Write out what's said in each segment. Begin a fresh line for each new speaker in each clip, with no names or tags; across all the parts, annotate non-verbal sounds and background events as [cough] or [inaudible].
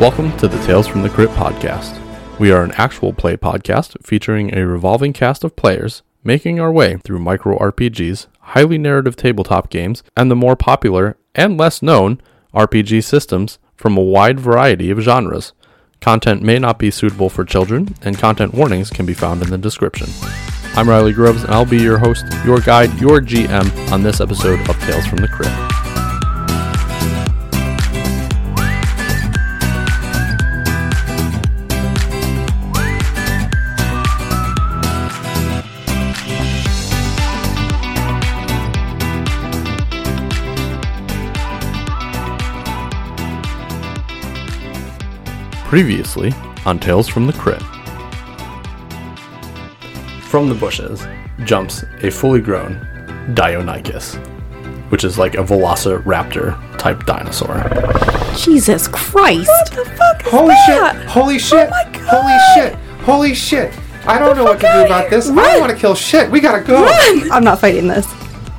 Welcome to the Tales from the Crypt podcast. We are an actual play podcast featuring a revolving cast of players making our way through micro RPGs, highly narrative tabletop games, and the more popular and less known RPG systems from a wide variety of genres. Content may not be suitable for children, and content warnings can be found in the description. I'm Riley Groves, and I'll be your host, your guide, your GM on this episode of Tales from the Crypt. Previously on Tales from the Crypt. From the bushes jumps a fully grown Dionyscus, which is like a velociraptor type dinosaur.
Jesus Christ! What the fuck is
Holy
that?
shit! Holy shit!
Oh my God.
Holy shit! Holy shit! I don't know what to
fuck
do
outta
about
here.
this. I
Run.
don't want to kill shit. We gotta go.
Run! [laughs] I'm not fighting this.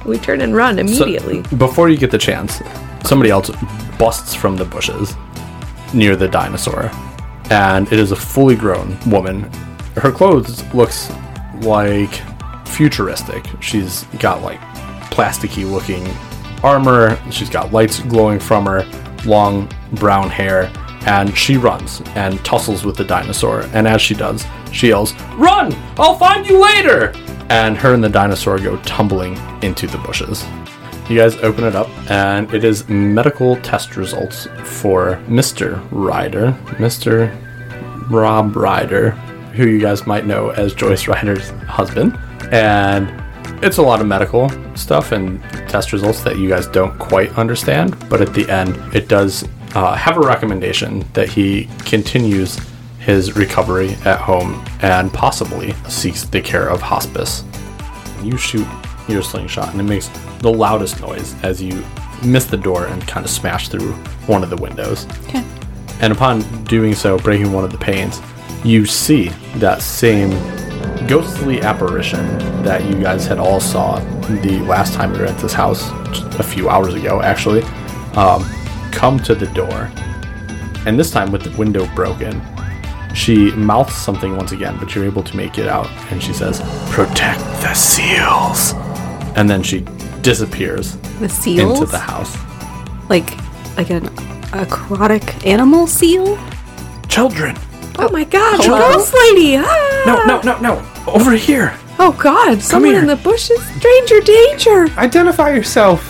We turn and run
So,
immediately.
before you get the chance, somebody else busts from the bushes near the dinosaur, and it is a fully grown woman. Her clothes looks like futuristic. She's got like plasticky looking armor. She's got lights glowing from her, long brown hair, and she runs and tussles with the dinosaur. And as she does, she yells, "Run! I'll find you later!" And her and the dinosaur go tumbling into the bushes. You guys open it up, and it is medical test results for Mr. Ryder. Mr. Rob Ryder, who you guys might know as Joyce Ryder's husband. And it's a lot of medical stuff and test results that you guys don't quite understand, but at the end, it does uh, have a recommendation that he continues his recovery at home and possibly seeks the care of hospice you shoot your slingshot and it makes the loudest noise as you miss the door and kind of smash through one of the windows.
Okay.
And upon doing so, breaking one of the panes, you see that same ghostly apparition that you guys had all saw the last time we were at this house, just a few hours ago actually, um, come to the door. And this time with the window broken, she mouths something once again, but you're able to make it out. And she says, Protect the seals. And then she disappears
The seals,
into the house.
like like an aquatic animal seal.
Children!
Oh my God! a
Hello?
Ghost lady! Ah!
No, no, no, no! Over here!
Oh God! Someone
here.
in the bushes. Stranger danger.
Identify yourself.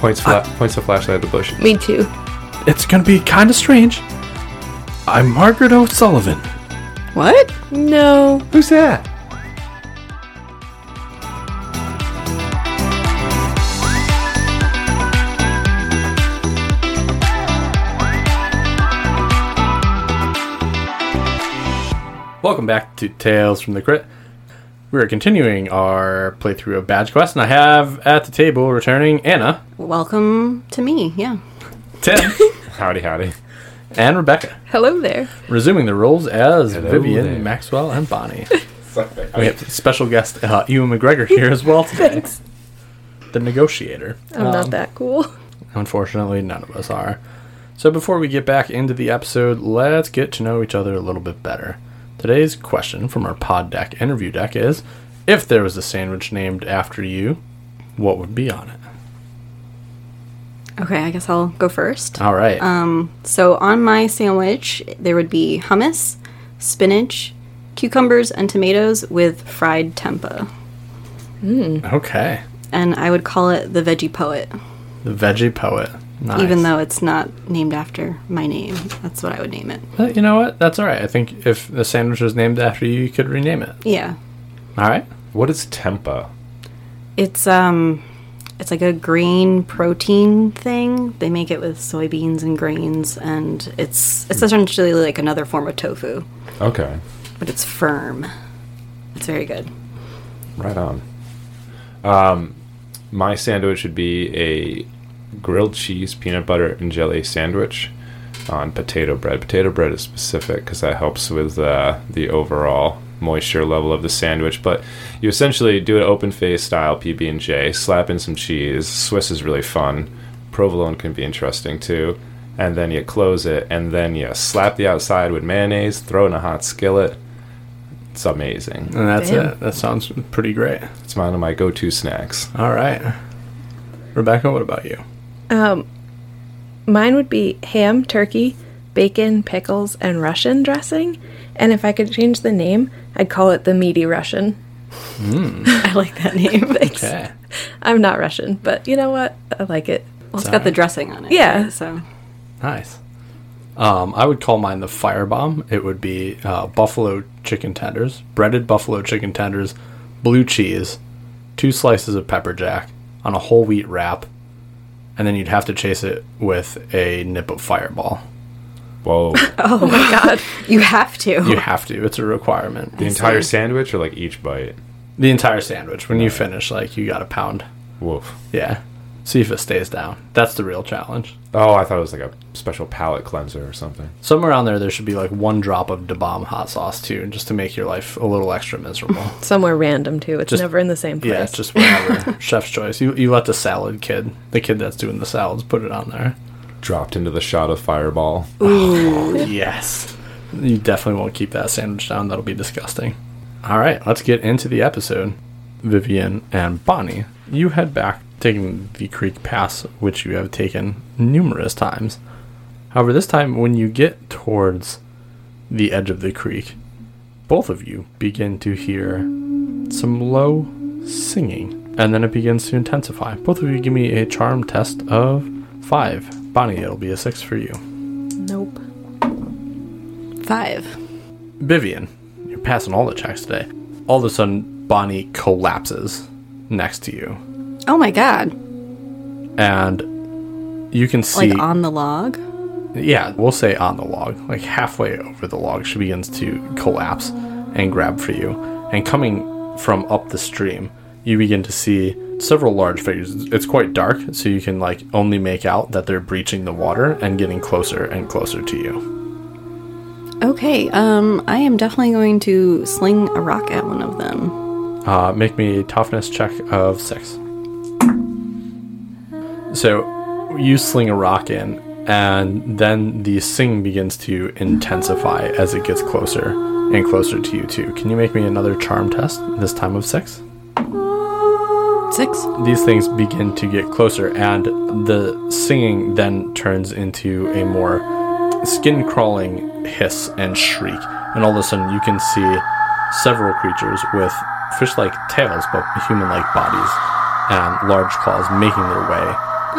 Points fla- points a flashlight at the bush.
Me too.
It's gonna be kinda strange. I'm Margaret O'Sullivan.
What? No.
Who's that?
Welcome back to Tales from the Crypt. We're continuing our playthrough of Badge Quest, and I have at the table returning Anna,
Welcome to me. Yeah.
Tim,
Howdy, howdy.
and Rebecca,
Hello there.
resuming the roles as
Hello
Vivian,
there.
Maxwell, and
[laughs]
Bonnie. We have special guest uh, Ewan McGregor here as well today.
Thanks.
The negotiator.
I'm not that cool.
Unfortunately, none of us are. So before we get back into the episode, let's get to know each other a little bit better. Today's question from our pod deck interview deck is if there was a sandwich named after you, what would be on it?
Okay, I guess I'll go first.
All right.
Um, So on my sandwich, there would be hummus, spinach, cucumbers, and tomatoes with fried tempeh.
okay.
And I would call it the veggie poet,
The veggie poet. Nice.
even though it's not named after my name. That's what I would name it.
But you know what? That's all right. I think if the sandwich was named after you, you could rename it.
Yeah.
All right.
What is tempa?
It's um it's like a grain protein thing. They make it with soybeans and grains and it's it's essentially like another form of tofu,
Okay,
but it's firm. It's very good.
right on. Um, my sandwich would be a grilled cheese, peanut butter, and jelly sandwich on potato bread. Potato bread is specific because that helps with uh, the overall moisture level of the sandwich. But you essentially do an open face style PB and J, slap in some cheese. Swiss is really fun. Provolone can be interesting too. and then you close it, and then you slap the outside with mayonnaise, throw in a hot skillet. It's amazing.
And that's
Damn.
it. That sounds pretty great.
It's one of my go-to snacks.
All right. Rebecca, what about you?
Mine would be ham, turkey, bacon, pickles, and Russian dressing. And if I could change the name, I'd call it the meaty Russian.
Hmm.
[laughs]
I like that name.
Thanks. I'm not Russian, but you know what? I like it.
Well, it's got the dressing on it.
Yeah.
right? So
Nice. Um, I would call mine the firebomb. It would be uh, buffalo chicken tenders, breaded buffalo chicken tenders, blue cheese, two slices of pepper jack on a whole wheat wrap, and then you'd have to chase it with a nip of fireball.
[laughs]
Whoa! the
Oh my [laughs] god.
you have to.
You have to. It's a requirement.
entire sandwich or like each bite?
The entire sandwich. When you finish, like you got a pound.
Woof.
Yeah. See if it stays down. That's the real challenge.
Oh, I thought it was like a special palate cleanser or something.
Somewhere on there, there should be like one drop of Da Bomb hot sauce too, just to make your life a little extra miserable.
Somewhere random too. It's
Just-
never in the same
[laughs]
place.
Yeah, it's just whatever. Chef's choice. You you let the salad kid, the kid that's doing the salads, put it on there.
Dropped into the shot of fireball.
[laughs] yes. You definitely won't keep that sandwich down. That'll be disgusting. All right, let's get into the episode. Vivian and Bonnie, you head back, taking the creek pass, which you have taken numerous times. However, this time, when you get towards the edge of the creek, both of you begin to hear some low singing, and then it begins to intensify. Both of you give me a charm test of five. Bonnie, it'll be a six for you.
Nope.
Five.
Vivian, you're passing all the checks today. All of a sudden, Bonnie collapses next to you,
Oh my god!
and you can see.
Like on the log.
yeah, we'll say on the log, like halfway over the log, she begins to collapse and grab for you. And coming from up the stream, you begin to see several large figures. It's- It's quite dark, so you can like only make out that they're breaching the water and getting closer and closer to you.
Okay. Um, I am definitely going to sling a rock at one of them.
Uh, make me a toughness check of six. So you sling a rock in, and then the sing begins to intensify as it gets closer and closer to you, too. Can you make me another charm test, this time of six?
Six.
These things begin to get closer, and the singing then turns into a more skin crawling hiss and shriek. And all of a sudden, you can see several creatures with fish like tails but human like bodies and large claws making their way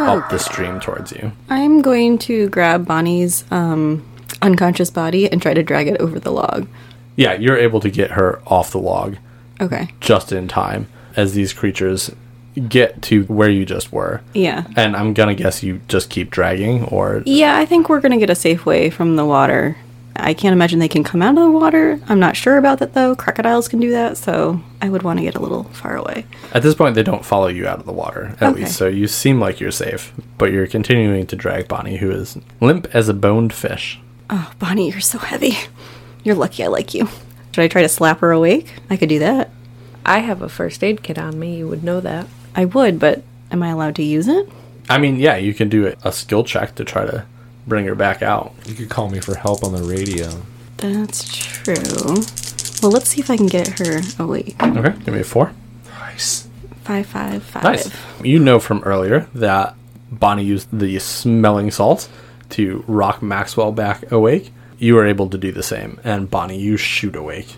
up the stream towards you.
I'm going to grab Bonnie's um, unconscious body and try to drag it over the log.
Yeah, you're able to get her off the log.
Okay.
just in time as these creatures get to where you just were.
Yeah.
And I'm gonna guess you just keep dragging, or
Yeah, I think we're going to get a safe way from the water. I can't imagine they can come out of the water. I'm not sure about that though. Crocodiles can do that, so I would want to get a little far away.
at this point they don't follow you out of the water at
Okay.
least. So you seem like you're safe, but you're continuing to drag Bonnie, who is limp as a boned fish.
Oh, Bonnie, you're so heavy. You're lucky I like you. Should I try to slap her awake? I could do that.
I have a first aid kit on me, you would know that.
I would, but am I allowed to use it?
I mean, yeah, you can do a- a skill check to try to bring her back out.
You could call me for help on the radio.
That's true. Well, let's see if I can get her awake.
Okay, give me a four.
Nice.
Five, five, five.
Nice. You know from earlier that Bonnie used the smelling salts to rock Maxwell back awake. You were able to do the same, and Bonnie, you shoot awake.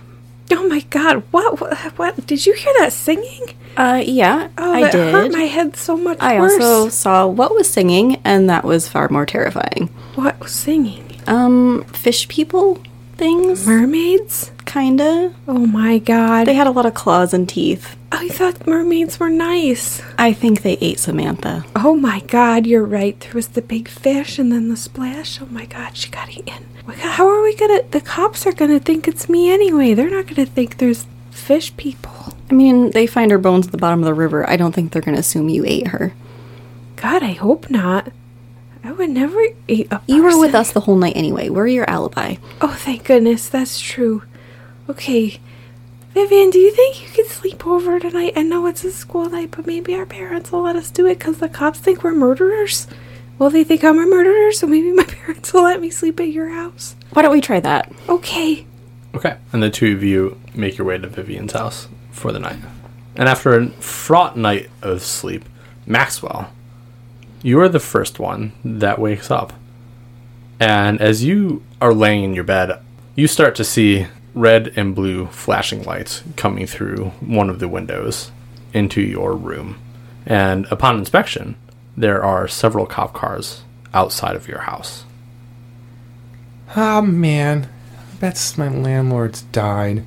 Oh my god, what what, what? did you hear that singing?
Uh, yeah,
Oh
I
that
did.
hurt my head so much
I
worse.
also saw what was singing, and that was far more terrifying.
what was singing?
Um, fish people things,
Mermaids?
kinda.
Oh my god.
They had a lot of claws and teeth.
I thought mermaids were nice.
I think they ate Samantha.
Oh my god, you're right. There was the big fish and then the splash. Oh my god, she got eaten. We got- How are we gonna? The cops are gonna think it's me anyway. They're not gonna think there's fish people.
I mean, they find her bones at the bottom of the river. I don't think they're gonna assume you ate her.
God, I hope not. I would never eat a.
You were with
person.
us the whole night anyway. We're your alibi.
Oh, thank goodness, that's true. Okay, Vivian, do you think you could sleep over tonight? I know it's a school night, but maybe our parents will let us do it because the cops think we're murderers. Well, they think I'm a murderer, so maybe my [laughs] parents will let me sleep at your house.
Why don't we try that?
Okay.
Okay. And the two of you make your way to Vivian's house for the night. And after a fraught night of sleep, Maxwell, you are the first one that wakes up. And as you are laying in your bed, you start to see red and blue flashing lights coming through one of the windows into your room. And upon inspection, there are several cop cars outside of your house.
Oh man, that's my landlord's died.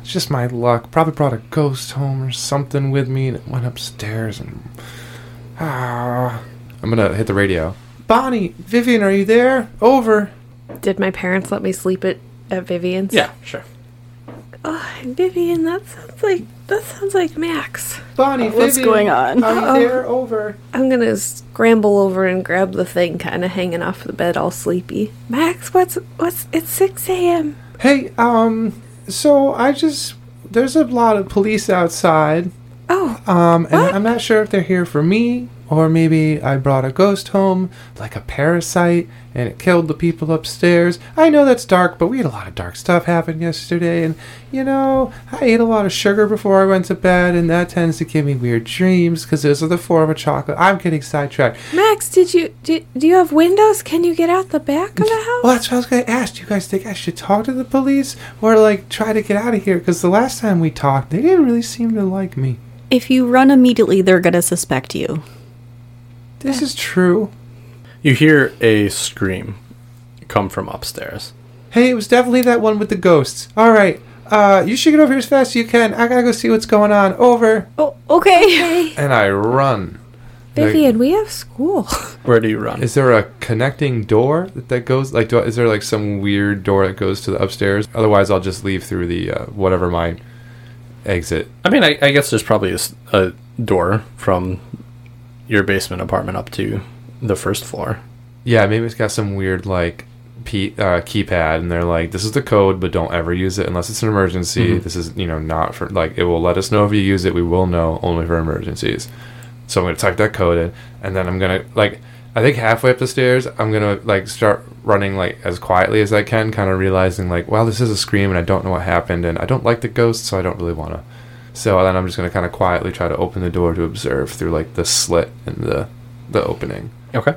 It's just my luck. Probably brought a ghost home or something with me, and it went upstairs and. Ah. I'm gonna hit the radio. Bonnie, Vivian, are you there? Over.
Did my parents let me sleep at, at Vivian's?
sure.
Oh, Vivian, that sounds like that sounds like Max.
Bonnie,
Uh, What's
Vivian,
going on?
Are
Uh-oh.
you there? Over.
I'm gonna scramble over and grab the thing, kind of hanging off the bed, all sleepy. Max, what's what's? It's six a.m.
Hey, um, so I just. There's a lot of police outside.
Oh,
Um, and
What?
I'm not sure if they're here for me, or maybe I brought a ghost home, like a parasite, and it killed the people upstairs. I know that's dark, but we had a lot of dark stuff happen yesterday, and you know, I ate a lot of sugar before I went to bed, and that tends to give me weird dreams because those are the form of chocolate. I'm getting sidetracked.
Max, did you do, do you have windows? Can you get out the back of the house?
Well, that's what I was going to ask. Do you guys think I should talk to the police or like try to get out of here? Because the last time we talked, they didn't really seem to like me.
If you run immediately, they're gonna suspect you.
This is true.
You hear a scream come from upstairs.
Hey, it was definitely that one with the ghosts. All right. Uh, you should get over here as fast as you can. I gotta go see what's going on. Over.
Oh, okay.
And I run.
[laughs] Vivian, we have school. [laughs]
Where do you run?
Is there a connecting door that, that goes? Like, do I, is there like some weird door that goes to the upstairs? Otherwise, I'll just leave through the uh, whatever my exit.
I mean, I, I guess there's probably a, s- a door from your basement apartment up to the first floor.
Yeah, maybe it's got some weird like P, uh, keypad, and they're like, "This is the code, but don't ever use it unless it's an emergency. This is you know not for like it will let us know if you use it. We will know only for emergencies." So I'm gonna type that code in, and then I'm gonna like I think halfway up the stairs, I'm gonna like start running like as quietly as I can, kind of realizing like, "Wow, this is a scream, and I don't know what happened, and I don't like the ghost, so I don't really wanna." So then I'm just gonna kind of quietly try to open the door to observe through like the slit and the the opening.
Okay.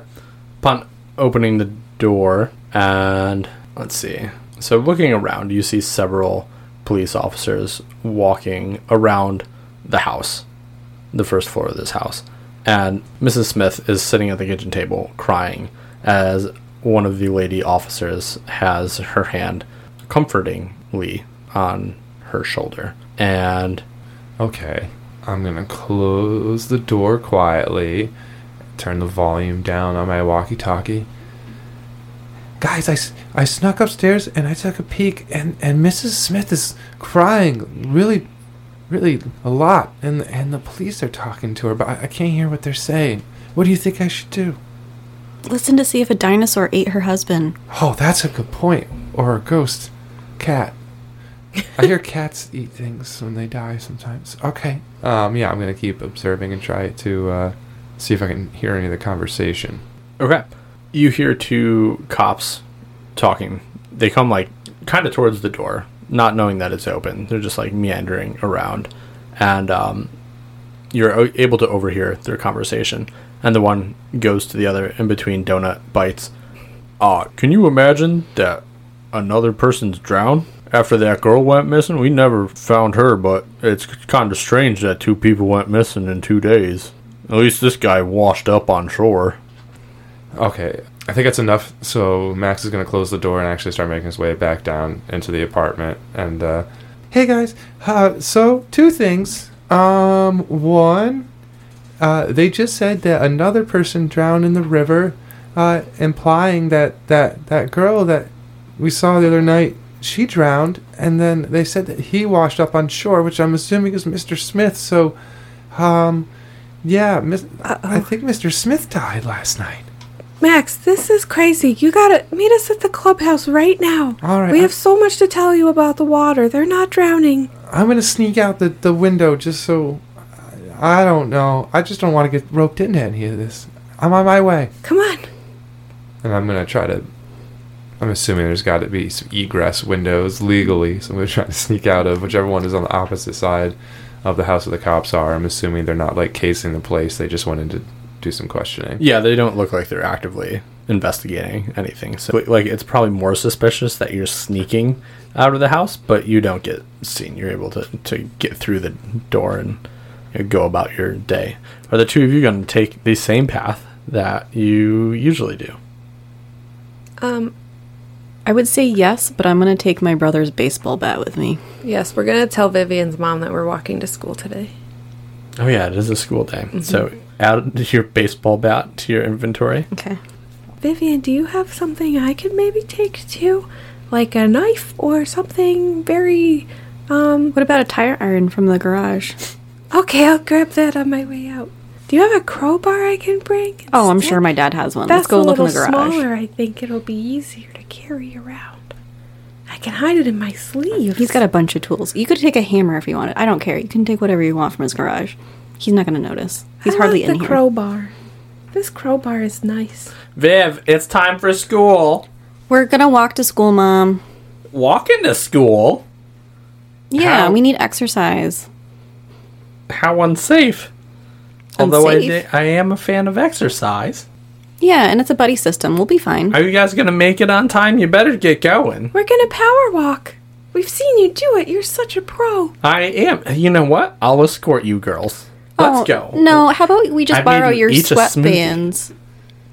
Upon opening the door, and let's see. So, looking around, you see several police officers walking around the house, the first floor of this house. And Mrs. Smith is sitting at the kitchen table crying as one of the lady officers has her hand comfortingly on her shoulder. And
Okay. I'm gonna close the door quietly, turn the volume down on my walkie talkie. Guys, I, s- I snuck upstairs and I took a peek, and, and Mrs. Smith is crying really, really a lot, and, and the police are talking to her, but I, I can't hear what they're saying. What do you think I should do?
Listen to see if a dinosaur ate her husband.
Oh, that's a good point. Or a ghost cat. I hear cats eat things when they die sometimes. Okay. Um, yeah, I'm gonna keep observing and try to uh, see if I can hear any of the conversation.
Okay. You hear two cops talking. They come like kind of towards the door, not knowing that it's open. They're just like meandering around, and um, you're o- able to overhear their conversation. And the one goes to the other in between donut bites. Uh, can you imagine that another person's drowned? After that girl went missing, we never found her, but it's kind of strange that two people went missing in two days. At least this guy washed up on shore.
Okay. I think that's enough. So Max is gonna close the door and actually start making his way back down into the apartment. And uh, hey guys, uh, so two things. Um, one, uh, they just said that another person drowned in the river, uh, implying that that that girl that we saw the other night she drowned, and then they said that he washed up on shore, which I'm assuming is Mr. Smith. So, um, yeah, Miss, I think Mr. Smith died last night.
Max, this is crazy. You gotta meet us at the clubhouse right now.
All right,
We
I-
have so much to tell you about the water. They're not drowning.
I'm gonna sneak out the, the window just so I don't know. I just don't want to get roped into any of this. I'm on my way.
Come on.
And I'm gonna try to. I'm assuming there's got to be some egress windows legally, so I'm gonna try to sneak out of whichever one is on the opposite side of the house where the cops are. I'm assuming they're not like casing the place; they just went in to do some questioning.
Yeah, they don't look like they're actively investigating anything. So, like, it's probably more suspicious that you're sneaking out of the house, but you don't get seen. You're able to, to get through the door and you know, go about your day. Are the two of you going to take the same path that you usually do?
Um,
I would say yes, but I'm going to take my brother's baseball bat with me.
yes, we're going to tell Vivian's mom that we're walking to school today.
Oh, yeah, it is a school day. So, add your baseball bat to your inventory.
Okay.
Vivian, do you have something I could maybe take too? Like a knife or something very. Um,
What about a tire iron from the garage?
okay, I'll grab that on my way out. Do you have a crowbar I can bring?
Oh, I'm
instead?
sure my dad has one.
That's
Let's go
a
look in
little
the garage.
smaller. I think it'll be easier to carry around. I can hide it in my sleeve.
He's got a bunch of tools. You could take a hammer if you wanted. I don't care. You can take whatever you want from his garage. He's not going to notice. He's
I
hardly
like
in
the
here.
crowbar. This crowbar is nice.
Viv, it's time for school.
We're going to walk to school, Mom.
Walk into school?
Yeah,
How?
we need exercise.
How unsafe. Although I,
Unsafe.
di- I am a fan of exercise.
Yeah, and it's a buddy system. We'll be fine.
Are you guys gonna make it on time? You better get going.
We're gonna power walk. We've seen you do it. You're such a pro.
I am. You know what? I'll escort you girls. Let's
Oh,
go.
No, how about we just
I made
borrow
you
your
each a
sweatbands?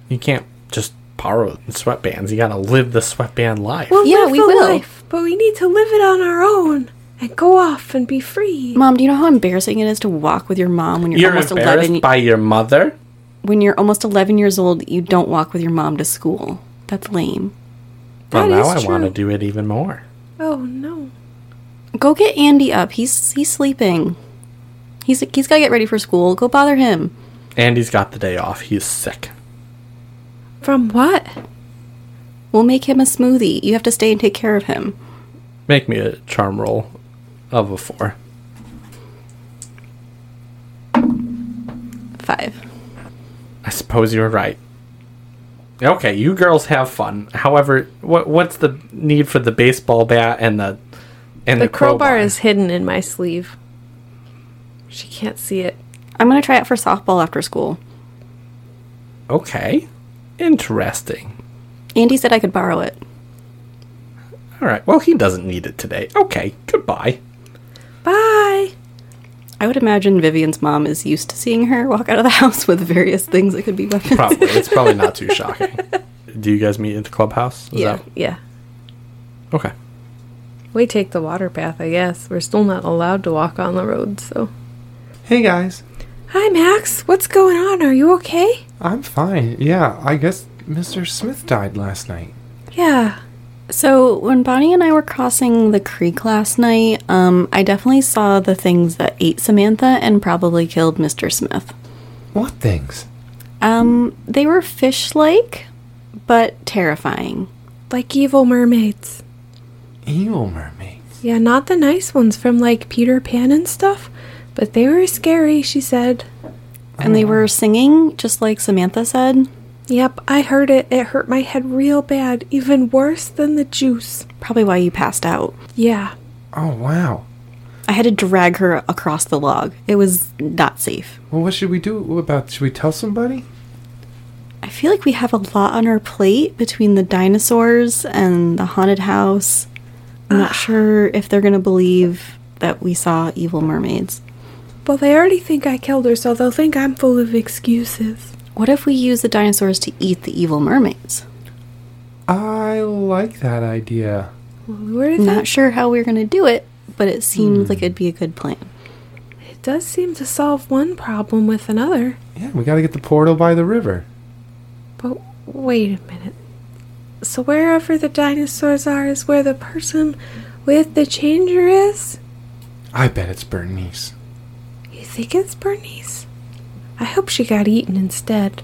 You can't just borrow sweatbands. You gotta live the sweatband life.
We'll
Yeah,
live
we
the
will.
life, but we need to live it on our own and go off and be free.
Mom, do you know how embarrassing it is to walk with your mom when you're,
You're
almost
embarrassed
11?
by your mother?
when you're almost 11 years old, you don't walk with your mom to school. That's lame.
Well,
That
now I
is
wanna
true.
do it even more.
Oh no.
Go get Andy up. He's he's sleeping. He's he's got to get ready for school. Go bother him.
Andy's got the day off. He's sick.
From what?
We'll make him a smoothie. You have to stay and take care of him.
Make me a charm roll of a four.
5.
I suppose you're right. Okay, you girls have fun. However, what what's the need for the baseball bat and the and the,
The crowbar is hidden in my sleeve. She can't see it.
I'm going to try out for softball after school.
okay. Interesting.
Andy said I could borrow it.
All right. Well, he doesn't need it today. Okay. Goodbye.
Bye.
I would imagine Vivian's mom is used to seeing her walk out of the [laughs] house with various things that could be weapons.
Probably. it's probably not too shocking. [laughs] Do you guys meet at the clubhouse? Is
yeah.
that-
Yeah.
okay.
We take the water bath, I guess. We're still not allowed to walk on the road, so.
Hey guys,
Hi, Max. What's going on? Are you okay?
I'm fine. Yeah, I guess Mr. Smith died last night.
Yeah.
So when Bonnie and I were crossing the creek last night, um, I definitely saw the things that ate Samantha and probably killed Mr. Smith.
What things?
Um, they were fish-like, but terrifying.
Like evil mermaids.
Evil mermaids.
Yeah, not the nice ones from like Peter Pan and stuff, but they were scary, she said.
And they were singing, just like Samantha said.
Yep, I heard it. It hurt my head real bad, even worse than the juice.
Probably why you passed out.
Yeah.
Oh wow.
I had to drag her across the log. It was not safe.
Well, what should we do about? Should we tell somebody?
I feel like we have a lot on our plate between the dinosaurs and the haunted house. I'm not sure if they're going to believe that we saw evil mermaids.
Well, they already think I killed her, so they'll think I'm full of excuses.
What if we use the dinosaurs to eat the evil mermaids?
I like that idea.
Lure them?
Not sure how we're going to do it, but it seems like it'd be a good plan.
It does seem to solve one problem with another.
Yeah, we got to get the portal by the river.
But wait a minute. So, wherever the dinosaurs are is where the person with the changer is?
I bet it's Bernice.
You think it's Bernice? I hope she got eaten instead.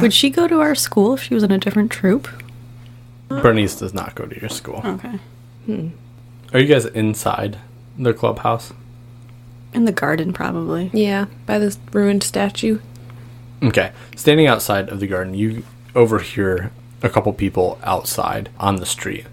Would she go to our school if she was in a different troop?
Bernice does not go to your school.
Okay.
Are you guys inside the clubhouse?
In the garden, probably.
Yeah, by this ruined statue.
Okay. Standing outside of the garden, you overhear a couple people outside on the street,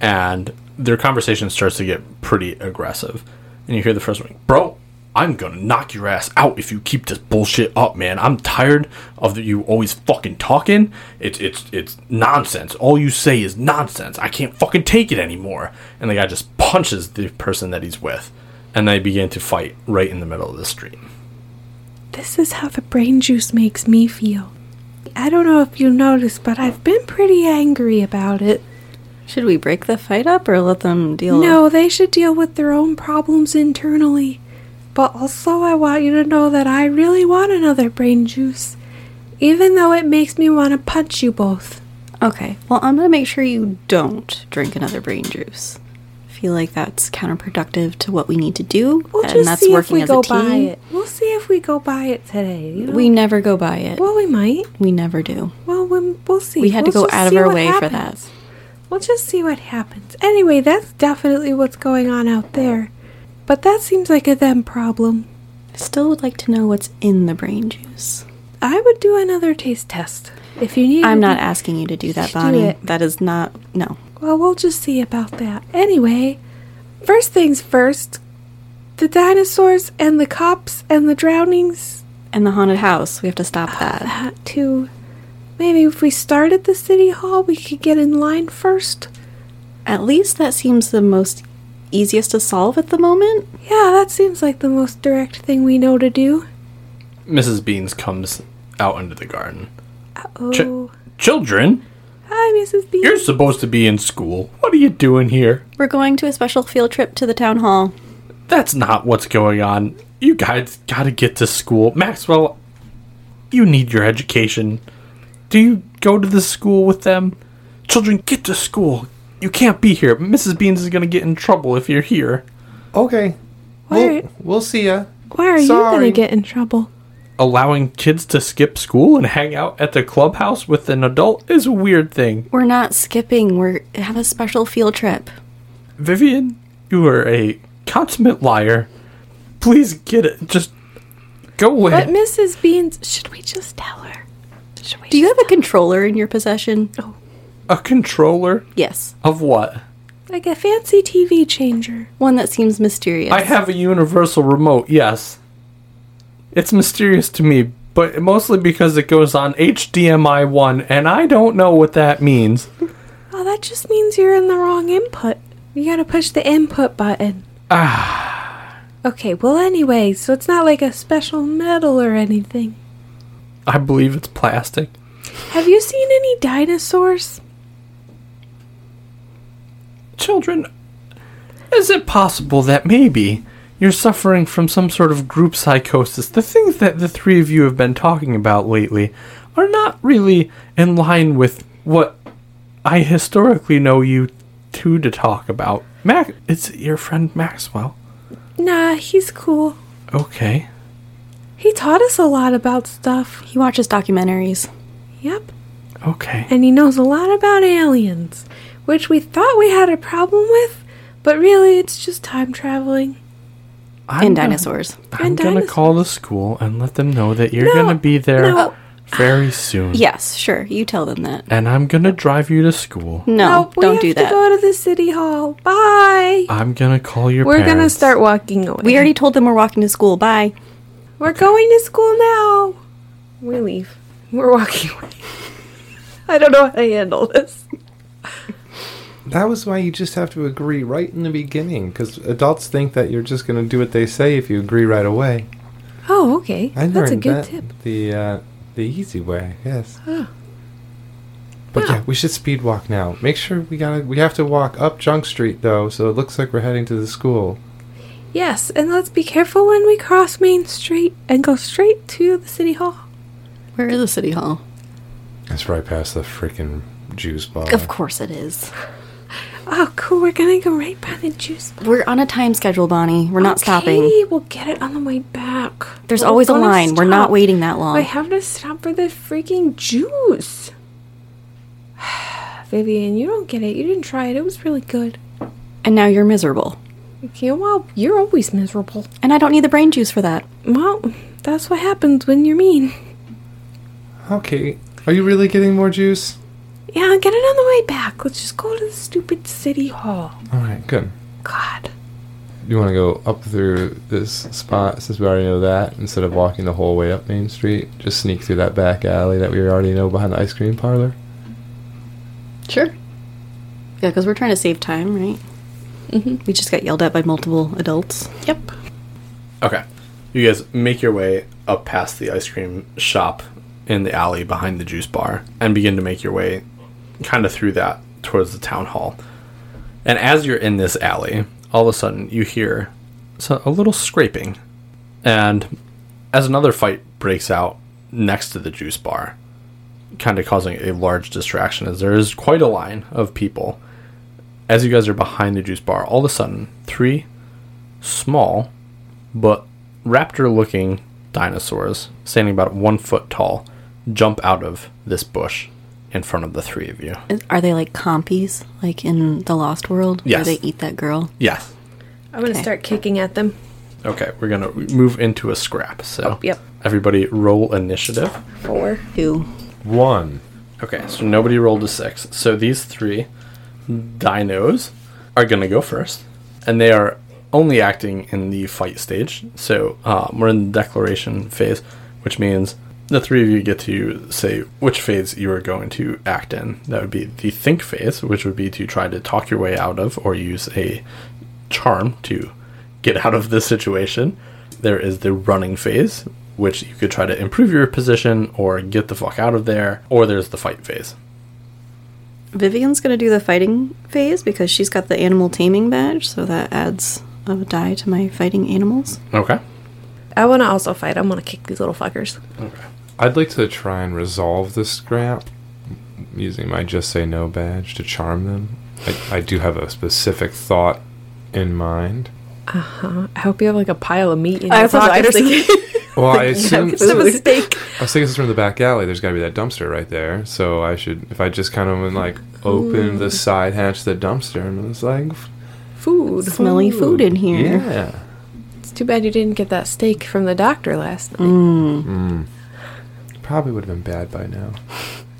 and their conversation starts to get pretty aggressive. And you hear the first one, Bro, I'm gonna knock your ass out if you keep this bullshit up, man. I'm tired of you always fucking talking. It's it's it's nonsense. All you say is nonsense. I can't fucking take it anymore. And the guy just punches the person that he's with, and they begin to fight right in the middle of the street.
This is how the brain juice makes me feel. I don't know if you noticed, but I've been pretty angry about it.
Should we break the fight up or let them deal?
No, they should deal with their own problems internally. But also, I want you to know that I really want another brain juice, even though it makes me want to punch you both.
Okay. Well, I'm gonna make sure you don't drink another brain juice. I feel like that's counterproductive to what we need to do,
We'll
and
just
that's
see
working
if
as
we go
a team.
by it. We'll see if we go by it today. You know?
We never go by it.
well, we might.
we never do.
Well, we, we'll see.
We had to
We'll
go
just
out of
see
our
what
way for that.
happens. We'll just see what happens. Anyway, that's definitely what's going on out there. But that seems like a them problem.
I still would like to know what's in the brain juice.
I would do another taste test if you need.
I'm not asking you to do that,
Just do
Bonnie.
it.
That is not no.
Well, we'll just see about that. Anyway, first things first. The dinosaurs and the cops and the drownings.
And the haunted house, we have to stop that.
That too. Maybe if we start at the city hall, we could get in line first.
At least that seems the most easiest to solve at the moment.
Yeah, that seems like the most direct thing we know to do.
Mrs. Beans comes out into the garden.
Oh.
Ch- Children,
Hi, Mrs. B.
you're supposed to be in school. What are you doing here?
We're going to a special field trip to the town hall.
That's not what's going on. You guys gotta get to school. Maxwell, you need your education. Do you go to the school with them? Children, get to school. You can't be here. Mrs. Beans is gonna get in trouble if you're here.
Okay.
Why
We'll, we'll see ya.
why are you
Sorry.
gonna get
[laughs]
in trouble?
Allowing kids to skip school and hang out at the clubhouse with an adult is a weird thing.
We're not skipping. We're have a special field trip.
Vivian, you are a consummate liar. Please get it. Just go away.
But Mrs. Beans, should we just tell her? Should we?
Do you have a controller in your possession?
a controller
Yes,
of what?
like a fancy TV changer?
one that seems mysterious.
I have a universal remote, yes. It's mysterious to me, but mostly because it goes on HDMI 1, and I don't know what that means.
Oh, that just means you're in the wrong input. You gotta push the input button. Ah. Okay. Well, anyway, so it's not like a special metal or anything.
I believe it's plastic.
Have you seen any dinosaurs?
Children, is it possible that maybe you're suffering from some sort of group psychosis? The things that the three of you have been talking about lately are not really in line with what I historically know you two to talk about. Mac, it's your friend Maxwell.
Nah, he's cool.
Okay.
He taught us a lot about stuff.
He watches documentaries.
Yep.
Okay.
and he knows a lot about aliens, which we thought we had a problem with, but really it's just time traveling.
I'm
And
gonna-
dinosaurs.
I'm
And
gonna
dinosaurs.
call the school and let them know that you're
No,
gonna be there
no.
very soon.
Yes, sure. You tell them that.
And I'm gonna drive you to school.
No,
Nope, we
don't
have
do
to
that.
go to the city hall. Bye.
I'm gonna call your
We're gonna
parents.
start walking away.
we already told them we're walking to school. Bye.
We're going to school now. We leave. We're walking away. [laughs] I don't know how to handle this.
That was why you just have to agree right in the beginning, because adults think that you're just going to do what they say if you agree right away.
Oh, okay.
I learned
That's a good
that
tip.
the uh, the easy way, yes.
Oh.
But
Wow.
yeah, we should speed walk now. Make sure we gotta we have to walk up Junk Street though, so it looks like we're heading to the school.
Yes, and let's be careful when we cross Main Street and go straight to the city hall.
Where is the city hall?
It's right past the freaking juice bar.
Of course it is.
[laughs] Oh, cool. We're gonna go right by the juice
We're on a time schedule, Bonnie. We're not stopping.
Okay, We'll get it on the way back.
There's
We're
always a
gonna
line. We're not
stop.
waiting that long.
I have to stop for the freaking juice. Vivian, you don't get it. You didn't try it. It was really good.
and now you're miserable.
Okay, well, you're always miserable.
And I don't need the brain juice for that.
Well, that's what happens when you're mean.
Okay. Are you really getting more juice?
Yeah, I'll get it on the way back. Let's just go to the stupid city hall.
All right, good.
God.
You want to go up through this spot since we already know that instead of walking the whole way up Main Street? Just sneak through that back alley that we already know behind the ice cream parlor?
Sure. Yeah, because we're trying to save time, right?
Mm-hmm.
We just got yelled at by multiple adults.
Yep.
Okay. You guys make your way up past the ice cream shop in the alley behind the juice bar and begin to make your way kind of through that towards the town hall. And as you're in this alley, all of a sudden you hear so- a little scraping. And as another fight breaks out next to the juice bar, kind of causing a large distraction, as there is quite a line of people. As you guys are behind the juice bar, all of a sudden, three small but raptor looking dinosaurs, standing about one foot tall, jump out of this bush in front of the three of you.
Are they like compies, like in the Lost World,
Yes.
where they eat that girl?
Yes.
I'm going to
Okay.
start kicking at them.
Okay, we're gonna move into a scrap. So,
yep.
everybody roll initiative.
Four.
Who?
One.
Okay, so nobody rolled a six. So these three dinos are gonna go first, and they are only acting in the fight stage. So um, we're in the declaration phase, which means the three of you get to say which phase you are going to act in. That would be the think phase, which would be to try to talk your way out of or use a charm to get out of this situation. There is the running phase, which you could try to improve your position or get the fuck out of there, or there's the fight phase.
Vivian's gonna do the fighting phase because she's got the animal taming badge, so that adds a die to my fighting animals.
Okay.
I want to also fight. I want to kick these little fuckers.
I'd like to try and resolve this scrap using my just say no badge to charm them. I, I do have a specific thought in mind.
Uh-huh. I hope you have like a pile of meat in
I
your
also- I
pocket or
was thinking-
something.
Well, I assume
It's a mistake.
I was thinking it's from the back alley. There's got to be that dumpster right there. So I should, if I just kind of went, like open the side hatch of the dumpster and was like,
[laughs] Food.
Smelly food in here.
yeah,
[laughs] It's too bad you didn't get that steak from the doctor last night.
Mm.
Mm. probably would have been bad by now.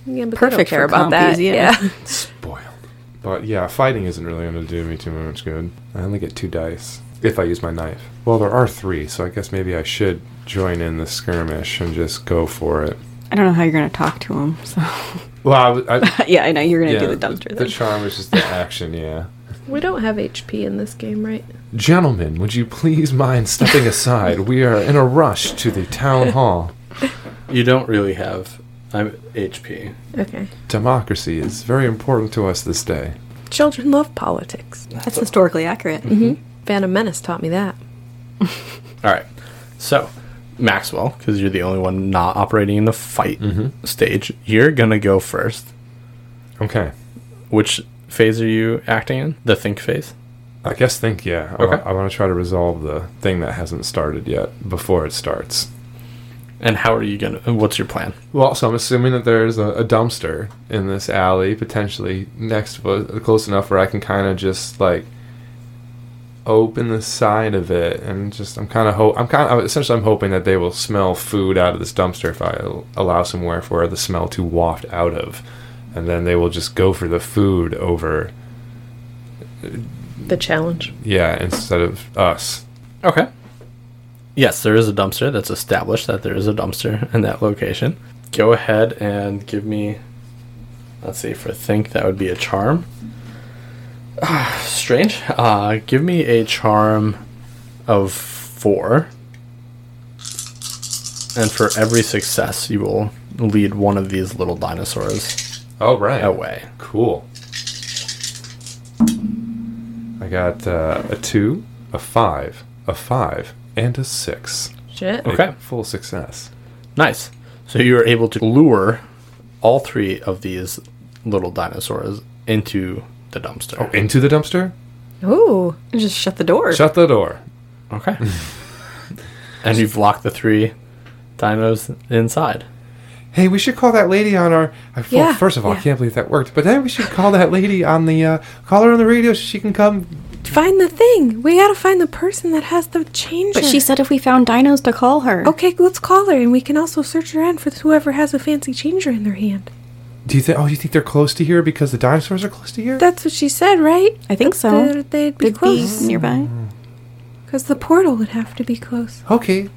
Yeah,
Perfect
but they don't care
for
about that.
compies, yeah. [laughs]
Spoiled. But yeah, fighting isn't really going to do me too much good. I only get two dice if I use my knife. Well, there are three, so I guess maybe I should join in the skirmish and just go for it.
I don't know how you're gonna talk to him. So [laughs]
Well, I, was- I
yeah, I know you're gonna
yeah,
do the dumpster.
The,
thing.
charm is
[laughs]
just the action, yeah.
We don't have HP in this game, right?
Gentlemen, would you please mind stepping aside? We are in a rush to the town hall.
You don't really have I'm HP.
Okay.
Democracy is very important to us this day.
Children love politics.
That's historically accurate.
Phantom Menace taught me that.
All right. So, Maxwell, because you're the only one not operating in the fight stage, you're gonna go first.
Okay.
Which phase are you acting in? The think phase.
I guess think, yeah.
Okay.
Okay. I want to try to resolve the thing that hasn't started yet before it starts.
And how are you gonna? What's your plan?
Well, so I'm assuming that there's a, a dumpster in this alley, potentially next, to- close enough where I can kind of just like open the side of it, and just I'm kind of ho- I'm kind of essentially I'm hoping that they will smell food out of this dumpster if I al- allow somewhere for the smell to waft out of, and then they will just go for the food over,
The challenge.
yeah, instead of us.
Okay. Yes, there is a dumpster. That's established that there is a dumpster in that location. Go ahead and give me. Let's see. For think, that would be a charm. [sighs] Ah, strange. Uh, give me a charm of four. And for every success, you will lead one of these little dinosaurs
All Oh, right.
away.
Cool. I got uh, a two, a five, a five, and a six.
Shit.
Okay.
Full success.
Nice. So you were able to lure all three of these little dinosaurs into the dumpster.
Into the dumpster?
Ooh.
Just shut the door.
Shut the door.
Okay. and you've locked the three dinos inside.
Hey, we should call that lady on our. I- Well,
Yeah,
first of all,
yeah.
I can't believe that worked. But then we should call that lady on the. Uh, call her on the radio so she can come
find the thing. We gotta find the person that has the change.
But she said if we found dinos to call her.
Okay, let's call her, and we can also search around for whoever has a fancy changer in their hand.
Do you think? Oh, you think they're close to here because the dinosaurs are close to here?
That's what she said, right?
I think
That
so.
They'd, they'd be
They'd be
close
nearby.
Mm.
because the portal would have to be close.
okay,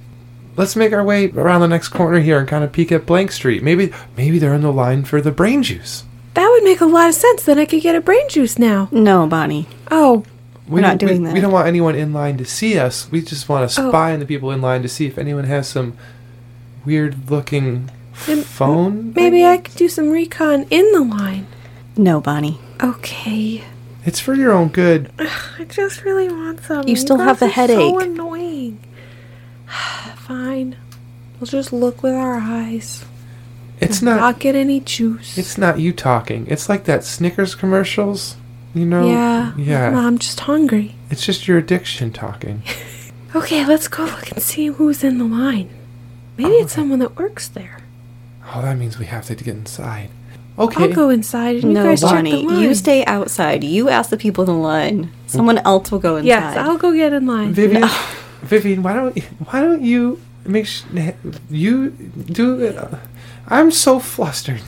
let's make our way around the next corner here and kind of peek at Blank Street. Maybe, maybe they're in the line for the brain juice.
That would make a lot of sense. Then I could get a brain juice now.
No, Bonnie.
Oh,
We
We're not
don't- we-
doing
We
that.
don't want anyone in line to see us. We just want to
Oh.
spy on the people in line to see if anyone has some weird-looking
Um,
phone.
maybe I could do some recon in the line.
No, Bonnie.
Okay.
It's for your own good.
I just really want some.
You still have
guys
the
are So
headache.
annoying. [sighs] Fine. We'll just look with our eyes.
It's not.
Not get any juice.
It's not you talking. It's like that Snickers commercials. You know.
yeah.
Yeah.
No, I'm just hungry.
It's just your addiction talking.
Okay, let's go look and see who's in the line. Maybe it's someone that works there.
Oh, that means we have to get inside. Okay.
I'll go inside and
no,
you guys check
Bonnie.
the line.
You stay outside. You ask the people in the line. Someone else will go inside.
Yes, I'll go get in line.
Vivian, Vivian, why don't why don't you make sh- you do it? I'm so flustered.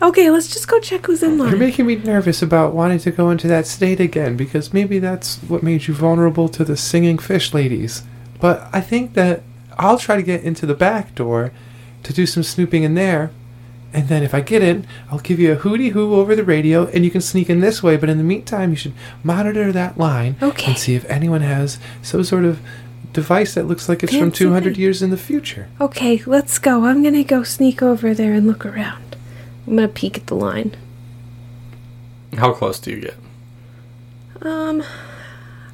okay, let's just go check who's in
You're
line.
making me nervous about wanting to go into that state again because maybe that's what made you vulnerable to the singing fish ladies. But I think that I'll try to get into the back door to do some snooping in there. And then if I get in, I'll give you a hooty hoo over the radio and you can sneak in this way. But in the meantime, you should monitor that line
Okay.
and see if anyone has some sort of device that looks like it's from
Fancy
200
thing.
years in the future.
Okay, let's go. I'm gonna go sneak over there and look around. I'm gonna peek at the line.
How close do you get?
Um,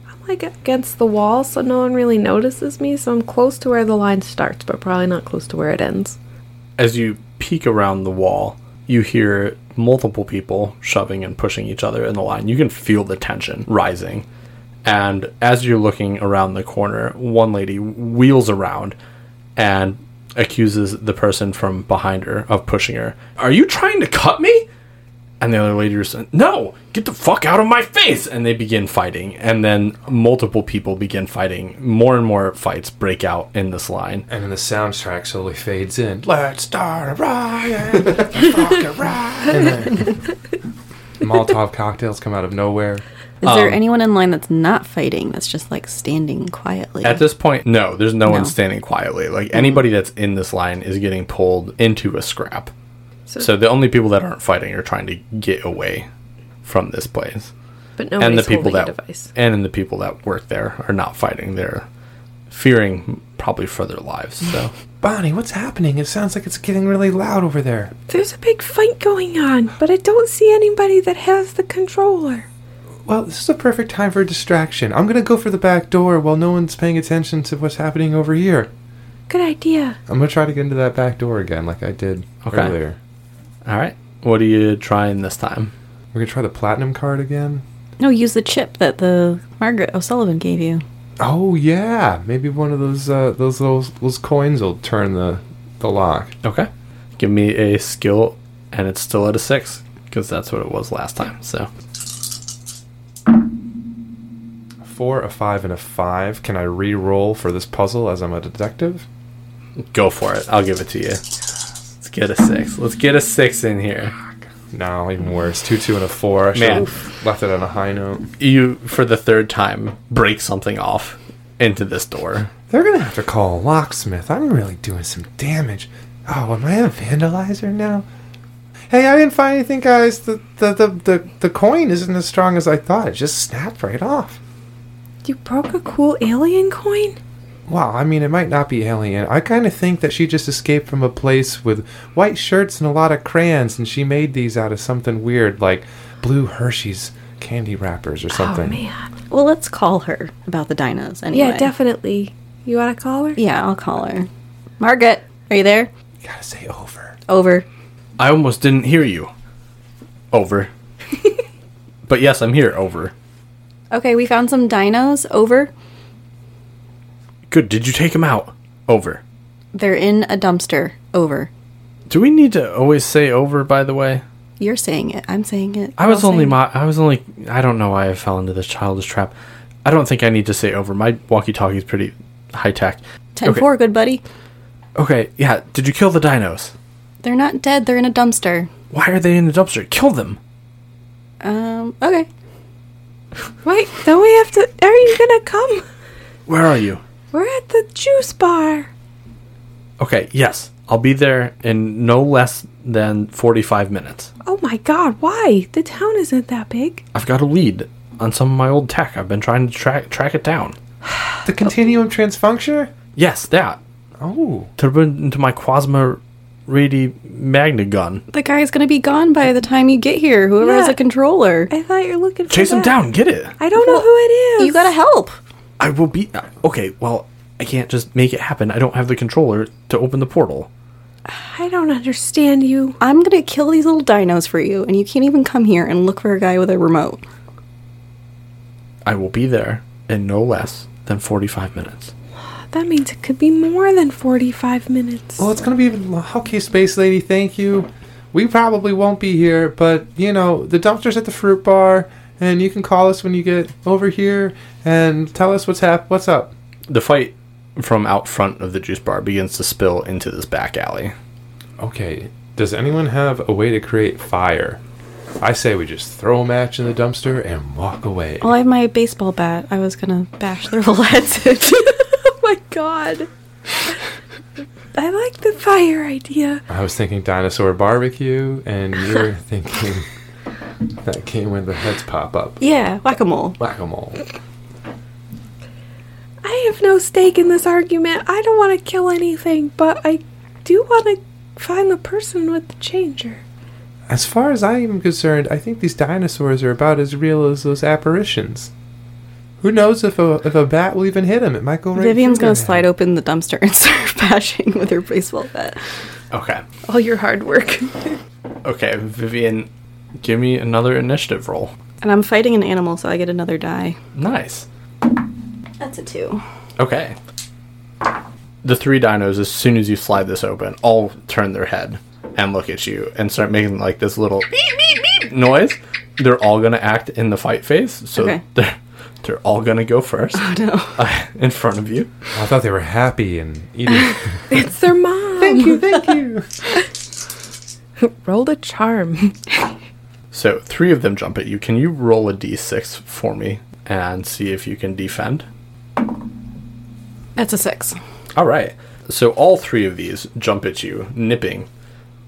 I'm like against the wall, so no one really notices me. So I'm close to where the line starts, but probably not close to where it ends.
As you peek around the wall, you hear multiple people shoving and pushing each other in the line. You can feel the tension rising. And as you're looking around the corner, one lady wheels around and accuses the person from behind her of pushing her. Are you trying to cut me? And the other lady is no, get the fuck out of my face! And they begin fighting. And then multiple people begin fighting. More and more fights break out in this line.
And then the soundtrack slowly fades in. Let's start a riot! Fuck a riot! Molotov cocktails come out of nowhere.
Is
Um,
there anyone in line that's not fighting? That's just like standing quietly.
At this point, no, there's no, one
No.
standing quietly. Like
Mm-hmm.
anybody that's in this line is getting pulled into a scrap. So, the only people that aren't fighting are trying to get away from this place.
But nobody's
and the people
holding
that
a device.
and the people that work there are not fighting. They're fearing probably for their lives.
[laughs]
So
Bonnie, what's happening? It sounds like it's getting really loud over there.
There's a big fight going on, but I don't see anybody that has the controller.
Well, this is a perfect time for a distraction. I'm gonna go for the back door while no one's paying attention to what's happening over here.
Good idea.
I'm gonna try to get into that back door again, like I did
Okay.
earlier.
all right, what are you trying this time?
We're gonna try the platinum card again.
no, use the chip that the Margaret O'Sullivan gave you.
Oh yeah, maybe one of those uh, those little those coins will turn the the lock.
Okay, give me a skill, and it's still at a six because that's what it was last time. So
A four, a five, and a five. Can I re-roll for this puzzle as I'm a detective?
go for it. I'll give it to you. Let's get a six. Let's get a six in here.
No, even worse. Two, two, and a four. I should
Man.
have left it on a high note.
you for the third time break something off into this door.
They're gonna have to call a locksmith. I'm really doing some damage. Oh, am I a vandalizer now? Hey, I didn't find anything, guys. The the the, the, the coin isn't as strong as I thought. It just snapped right off.
You broke a cool alien coin?
Wow, I mean, it might not be alien. I kind of think that she just escaped from a place with white shirts and a lot of crayons, and she made these out of something weird, like blue Hershey's candy wrappers or something.
Oh, man.
Well, let's call her about the dinos anyway.
Yeah, definitely. You want to call her?
Yeah, I'll call her. Margaret, are you there?
Gotta say over.
Over.
I almost didn't hear you. Over. [laughs] but yes, I'm here. Over.
Okay, we found some dinos. Over.
Good. Did you take him out? Over.
They're in a dumpster. Over.
Do we need to always say over, by the way?
You're saying it. I'm saying it.
I
We're
was
all
only
saying
my. I was only. I don't know why I fell into this childish trap. I don't think I need to say over. My walkie-talkie is pretty high tech.
it. ten
okay.
four, good buddy.
Okay, yeah. Did you kill the dinos?
They're not dead. They're in a dumpster.
Why are they in the dumpster? Kill them.
Um. Okay.
Wait, don't we have to? Are you gonna come?
Where are you?
We're at the juice bar.
Okay, yes. I'll be there in no less than 45 minutes.
Oh my god, why? The town isn't that big.
I've got a lead on some of my old tech. I've been trying to track track it down.
The continuum transfuncture?
Yes, that.
Oh.
To run into my Quasma Radi Magna gun.
The guy's gonna be gone by the time you get here. Whoever has
Yeah.
a controller,
I thought you're looking for
Chase him
that.
down. Get it.
I don't know who it is.
you gotta help.
I will be. uh, Okay, well, I can't just make it happen. I don't have the controller to open the portal.
I don't understand you.
I'm gonna kill these little dinos for you, and you can't even come here and look for a guy with a remote.
I will be there in no less than 45 minutes.
That means it could be more than 45 minutes.
Well, it's going to be even. Okay, Space Lady, thank you. We probably won't be here, but, you know, the dumpster's at the fruit bar, and you can call us when you get over here and tell us what's hap- What's up?
The fight from out front of the juice bar begins to spill into this back alley.
Okay, does anyone have a way to create fire? I say we just throw a match in the dumpster and walk away.
Well, I have my baseball bat. I was gonna bash their [laughs] little heads in.
oh my god. I like the fire idea.
I was thinking dinosaur barbecue, [laughs] and you're thinking that game where the heads pop up.
yeah, whack a mole.
Whack a mole.
I have no stake in this argument. I don't want to kill anything, but I do want to find the person with the changer.
As far as I am concerned, I think these dinosaurs are about as real as those apparitions. Who knows if a, if a bat will even hit him? It might go right.
Vivian's
through
gonna
their
slide
head.
open the dumpster and [laughs] start bashing with her baseball bat.
Okay.
All your hard work. [laughs]
Okay, Vivian, give me another initiative roll.
And I'm fighting an animal, so I get another die.
Nice.
That's a two.
Okay. The three dinos, as soon as you slide this open, all turn their head and look at you and start making like this little noise. They're all gonna act in the fight phase, so
Okay.
they're they're all gonna go first Uh,
Oh
[laughs]
no.
in front of you.
I thought they were happy and eating.
it's their
[laughs]
mom.
thank you, thank [laughs] you.
Rolled a charm.
So three of them jump at you. Can you roll a d6 for me and see if you can defend?
That's a six.
All right. So all three of these jump at you, nipping,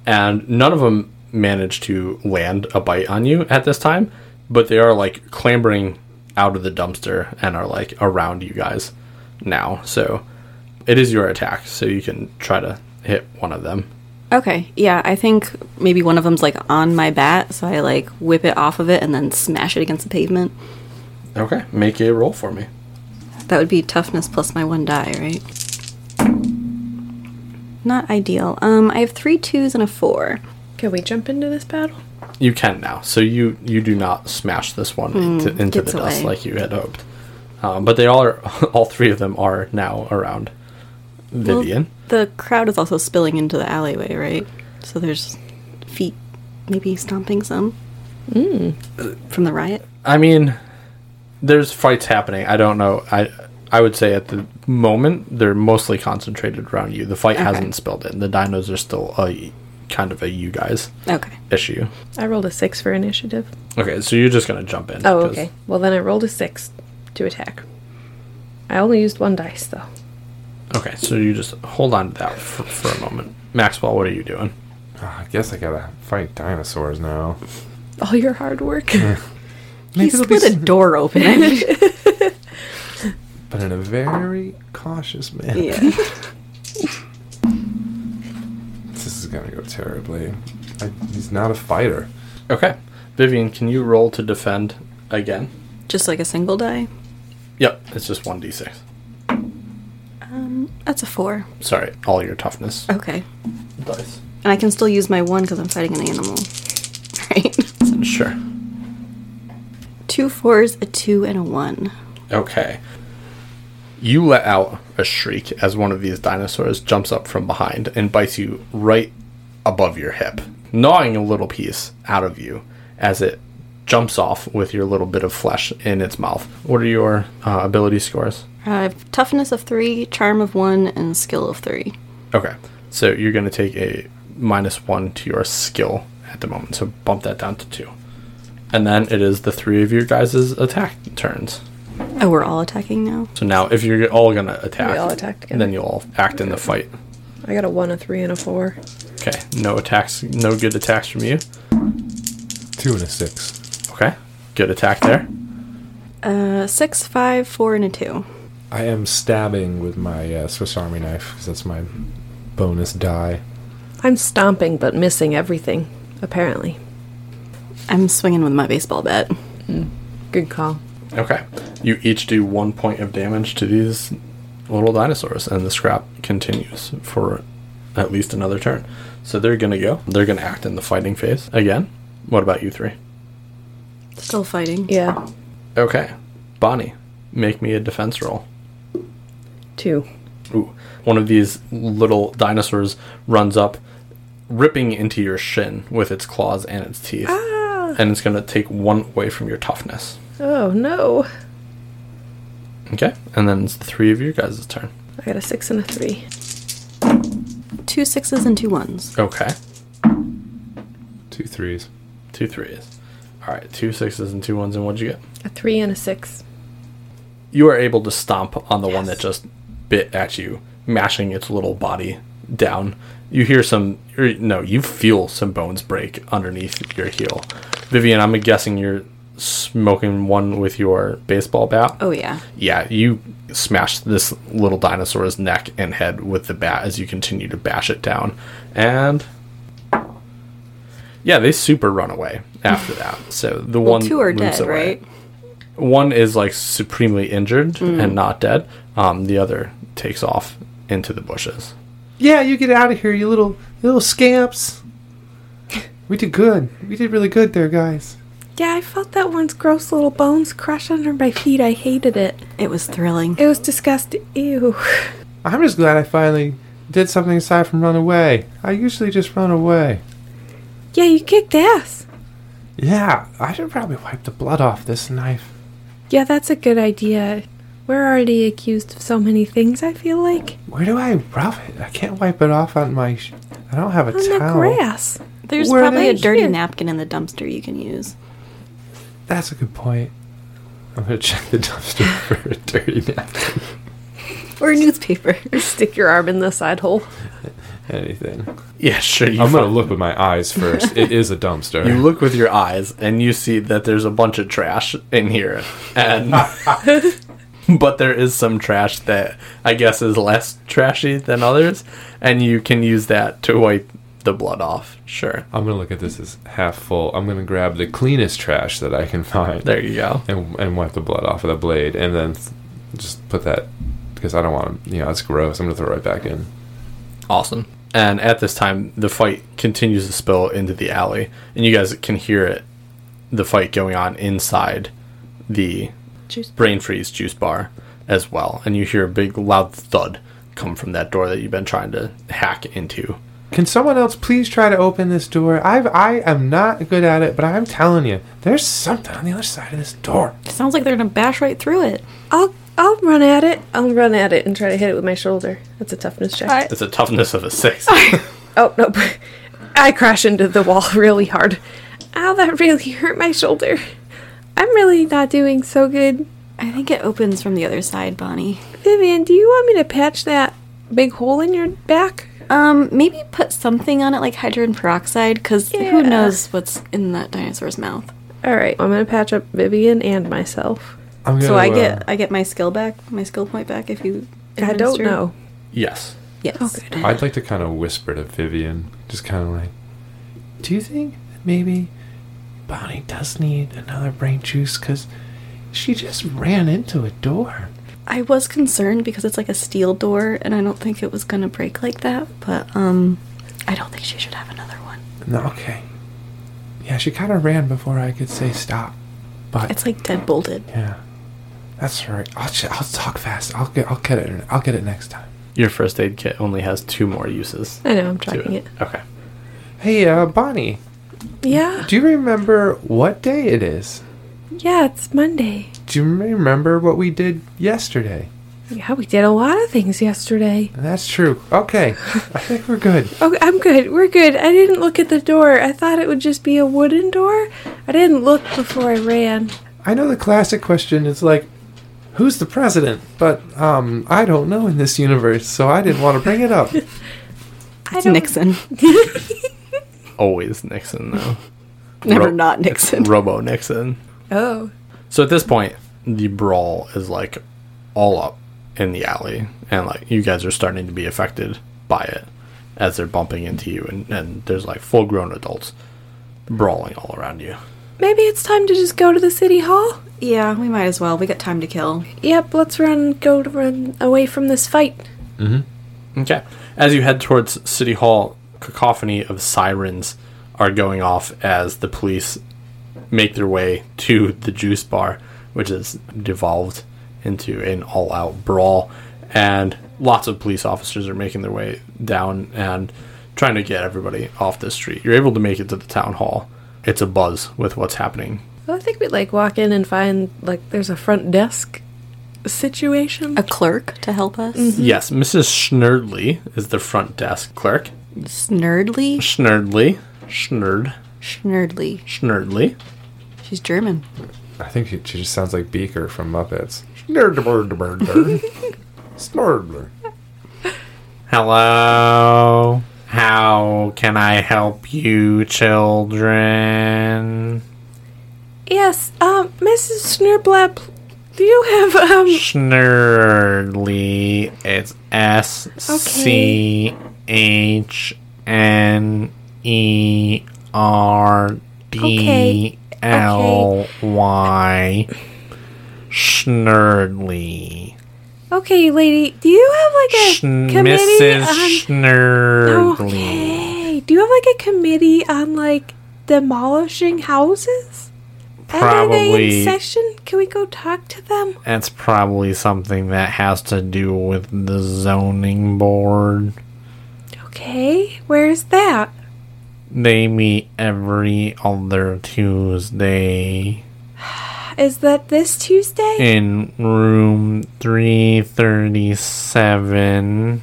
and none of them manage to land a bite on you at this time, but they are like clambering out of the dumpster and are like around you guys now. So it is your attack, so you can try to hit one of them.
Okay. Yeah, I think maybe one of them's like on my bat, so I like whip it off of it and then smash it against the pavement.
Okay, make a roll for me.
That would be toughness plus my one die, right? Not ideal. Um, I have three twos and a four.
[laughs] Can we jump into this battle?
You can now, so you you do not smash this one into, into the
Hmm, gets
dust
away.
like you had hoped. Um, but they all are, [laughs] all three of them are now around
Well,
Vivian.
the crowd is also spilling into the alleyway, right? So there's feet maybe stomping some Mm. from the riot.
I mean, there's fights happening. I don't know. I I would say at the moment they're mostly concentrated around you. The fight
Okay.
hasn't spilled in. The dinos are still a kind of a you guys
Okay.
issue.
I rolled a six for initiative.
Okay, so you're just gonna jump in.
Oh,
'cause-
okay. Well, then I rolled a six to attack. I only used one dice, though.
Okay, so you just hold on to that for, for a moment. Maxwell, what are you doing?
Ah, I guess I gotta fight dinosaurs now.
All your hard work.
He split a door open. I mean,
but in a very cautious
[laughs]
manner.
yeah.
This is gonna go terribly. I, he's not a fighter.
Okay, Vivian, can you roll to defend again?
Just like a single die.
Yep, it's just one d six.
Um, That's a four.
Sorry, all your toughness
Okay.
Uh,
dice.
And I can still use my one because I'm fighting an animal. [laughs] Right?
Sure.
Two fours, a two, and a one.
Okay. You let out a shriek as one of these dinosaurs jumps up from behind and bites you right above your hip. gnawing a little piece out of you as it jumps off with your little bit of flesh in its mouth. What are your uh, ability scores?
I have Uh, toughness of three, charm of one, and skill of three.
Okay. So you're going to take a minus one to your skill at the moment. So bump that down to two. And then it is the three of your guys' attack turns.
Oh, we're all attacking now.
So now if you're all going to attack,
We all attack together.
then you'll all act in the fight.
I got a one, a three, and a four.
Okay. No attacks, no good attacks from you.
Two and a six.
Okay. Good attack there.
Uh, six, five, four, and a two.
I am stabbing with my uh, Swiss Army knife because that's my bonus die.
I'm stomping but missing everything, apparently.
I'm swinging with my baseball bat.
Good call.
Okay. You each do one point of damage to these little dinosaurs, and the scrap continues for at least another turn. So they're going to go. They're going to act in the fighting phase again. What about you three?
Still fighting.
Yeah,
Okay. Bonnie, make me a defense roll.
two.
Ooh. One of these little dinosaurs runs up, ripping into your shin with its claws and its teeth. And it's going to take one away from your toughness.
Oh no!
Okay. And then it's the three of you guys' turn.
I got a six and a three.
Two sixes and two ones.
Okay.
Two threes.
Two threes. All right, two sixes and two ones, and what'd you get?
A three and a six.
You are able to stomp on the one that just bit at you, mashing its little body down. You hear some, or no, you feel some bones break underneath your heel. Vivian, I'm guessing you're smoking one with your baseball bat.
Oh yeah.
Yeah, you smashed this little dinosaur's neck and head with the bat as you continue to bash it down. And yeah, they super run away after
[laughs]
that. So the
Well,
one
two are
moves
dead,
away.
right?
One is like supremely injured
Mm.
and not dead. Um, the other takes off into the bushes.
Yeah, you get out of here, you little little scamps. We did good. We did really good there, guys.
Yeah, I felt that one's gross little bones crush under my feet. I hated it.
It was thrilling.
It was disgusting. Ew.
I'm just glad I finally did something aside from run away. I usually just run away.
Yeah, you kicked ass.
Yeah, I should probably wipe the blood off this knife.
Yeah, that's a good idea. We're already accused of so many things, I feel like.
Where do I rub it? I can't wipe it off on my. Sh- I don't have a
On the
towel.
grass.
There's
Were
probably
they
a dirty
here?
napkin in the dumpster you can use.
That's a good point.
I'm gonna check the dumpster
[laughs]
for a dirty napkin.
Or a newspaper.
[laughs] Stick your arm in the side hole.
Anything.
Yeah, sure. You
I'm gonna
fi-
look with my eyes first. It is a dumpster.
You look with your eyes and you see that there's a bunch of trash in here. And [laughs] but there is some trash that I guess is less trashy than others and you can use that to wipe the blood off. Sure.
I'm gonna look at this as half full. I'm gonna grab the cleanest trash that I can find
There you go.
and and wipe the blood off of the blade, and then th- just put that because I don't want to. You know, it's gross. I'm gonna throw it right back in.
Awesome. And at this time the fight continues to spill into the alley and you guys can hear it the fight going on inside the
Juice.
brain freeze juice bar as well and you hear a big loud thud come from that door that you've been trying to hack into
Can someone else please try to open this door? I've I am not good at it, but I'm telling you, there's something on the other side of this door.
[laughs] It sounds like they're gonna bash right through it.
I'll I'll run at it.
I'll run at it and try to hit it with my shoulder. That's a toughness check.
I-
It's a toughness of a
[laughs]
six.
Oh
[laughs]
nope! I crash into the wall really hard.
Ow, that really hurt my shoulder. I'm really not doing so good.
I think it opens from the other side, Bonnie.
Vivian, do you want me to patch that big hole in your back?
Um, maybe put something on it like hydrogen peroxide, because
Yeah.
who knows what's in that dinosaur's mouth.
All right, I'm gonna patch up Vivian and myself.
I'm gonna,
So I
uh,
get I get my skill back, my skill point back if you.
I don't
administer?
know.
yes.
Yes.
Oh, good.
I'd like to kind of whisper to Vivian, just kind of like,
Do you think that maybe Bonnie does need another brain juice? Cause she just ran into a door.
I was concerned because it's like a steel door, and I don't think it was gonna break like that. But um, I don't think she should have another one.
No, okay. Yeah, she kind of ran before I could say stop. But
It's like dead bolted.
yeah, that's right. I'll ch- I'll talk fast. I'll get I'll get it. I'll get it next time.
Your first aid kit only has two more uses.
I know I'm
to
tracking it.
Okay.
Hey, uh, Bonnie,
Yeah.
do you remember what day it is?
Yeah, it's Monday.
Do you remember what we did yesterday?
Yeah, we did a lot of things yesterday.
That's true. Okay, I think we're good.
Oh, I'm good. We're good. I didn't look at the door. I thought it would just be a wooden door. I didn't look before I ran.
I know the classic question is like, who's the president? But um, I don't know in this universe, so I didn't want to bring it up.
I
It's
don't
Nixon. [laughs]
Always Nixon,
[laughs]
though.
Never
Ro-
not Nixon.
Robo Nixon.
Oh.
So at this point, the brawl is like all up in the alley, and like you guys are starting to be affected by it as they're bumping into you, and, and there's like full grown adults brawling all around you.
Maybe it's time to just go to the city hall?
yeah, we might as well. We got time to kill.
Yep, let's run, go to run away from this fight.
Okay. As you head towards City Hall, cacophony of sirens are going off as the police make their way to the juice bar, which is devolved into an all out brawl. And lots of police officers are making their way down and trying to get everybody off the street. You're able to make it to the town hall. It's a buzz with what's happening.
Well, I think we'd like walk in and find like there's a front desk situation.
A clerk to help us.
Mm-hmm.
Yes, Mrs. Schnerdly is the front desk clerk.
Snerdly?
Schnerdly. Schnerd.
Schnerdly.
Schnerdly.
She's German.
I think she, she just sounds like Beaker from Muppets.
Smurbler.
Hello. How can I help you, children?
Yes, um, Mrs. Snurblab, do you have um?
Schnurdly. It's S C H N E R D L Y. Schnurdly.
Okay, lady, do you have like a
Sh-
committee
Mrs.
on?
Schnurdly.
Okay, do you have like a committee on like demolishing houses? Are they in
Probably.
session? Can we go talk to them?
That's probably something that has to do with the zoning board.
Okay, where's that?
They meet every other Tuesday
Is that this Tuesday?
in room 337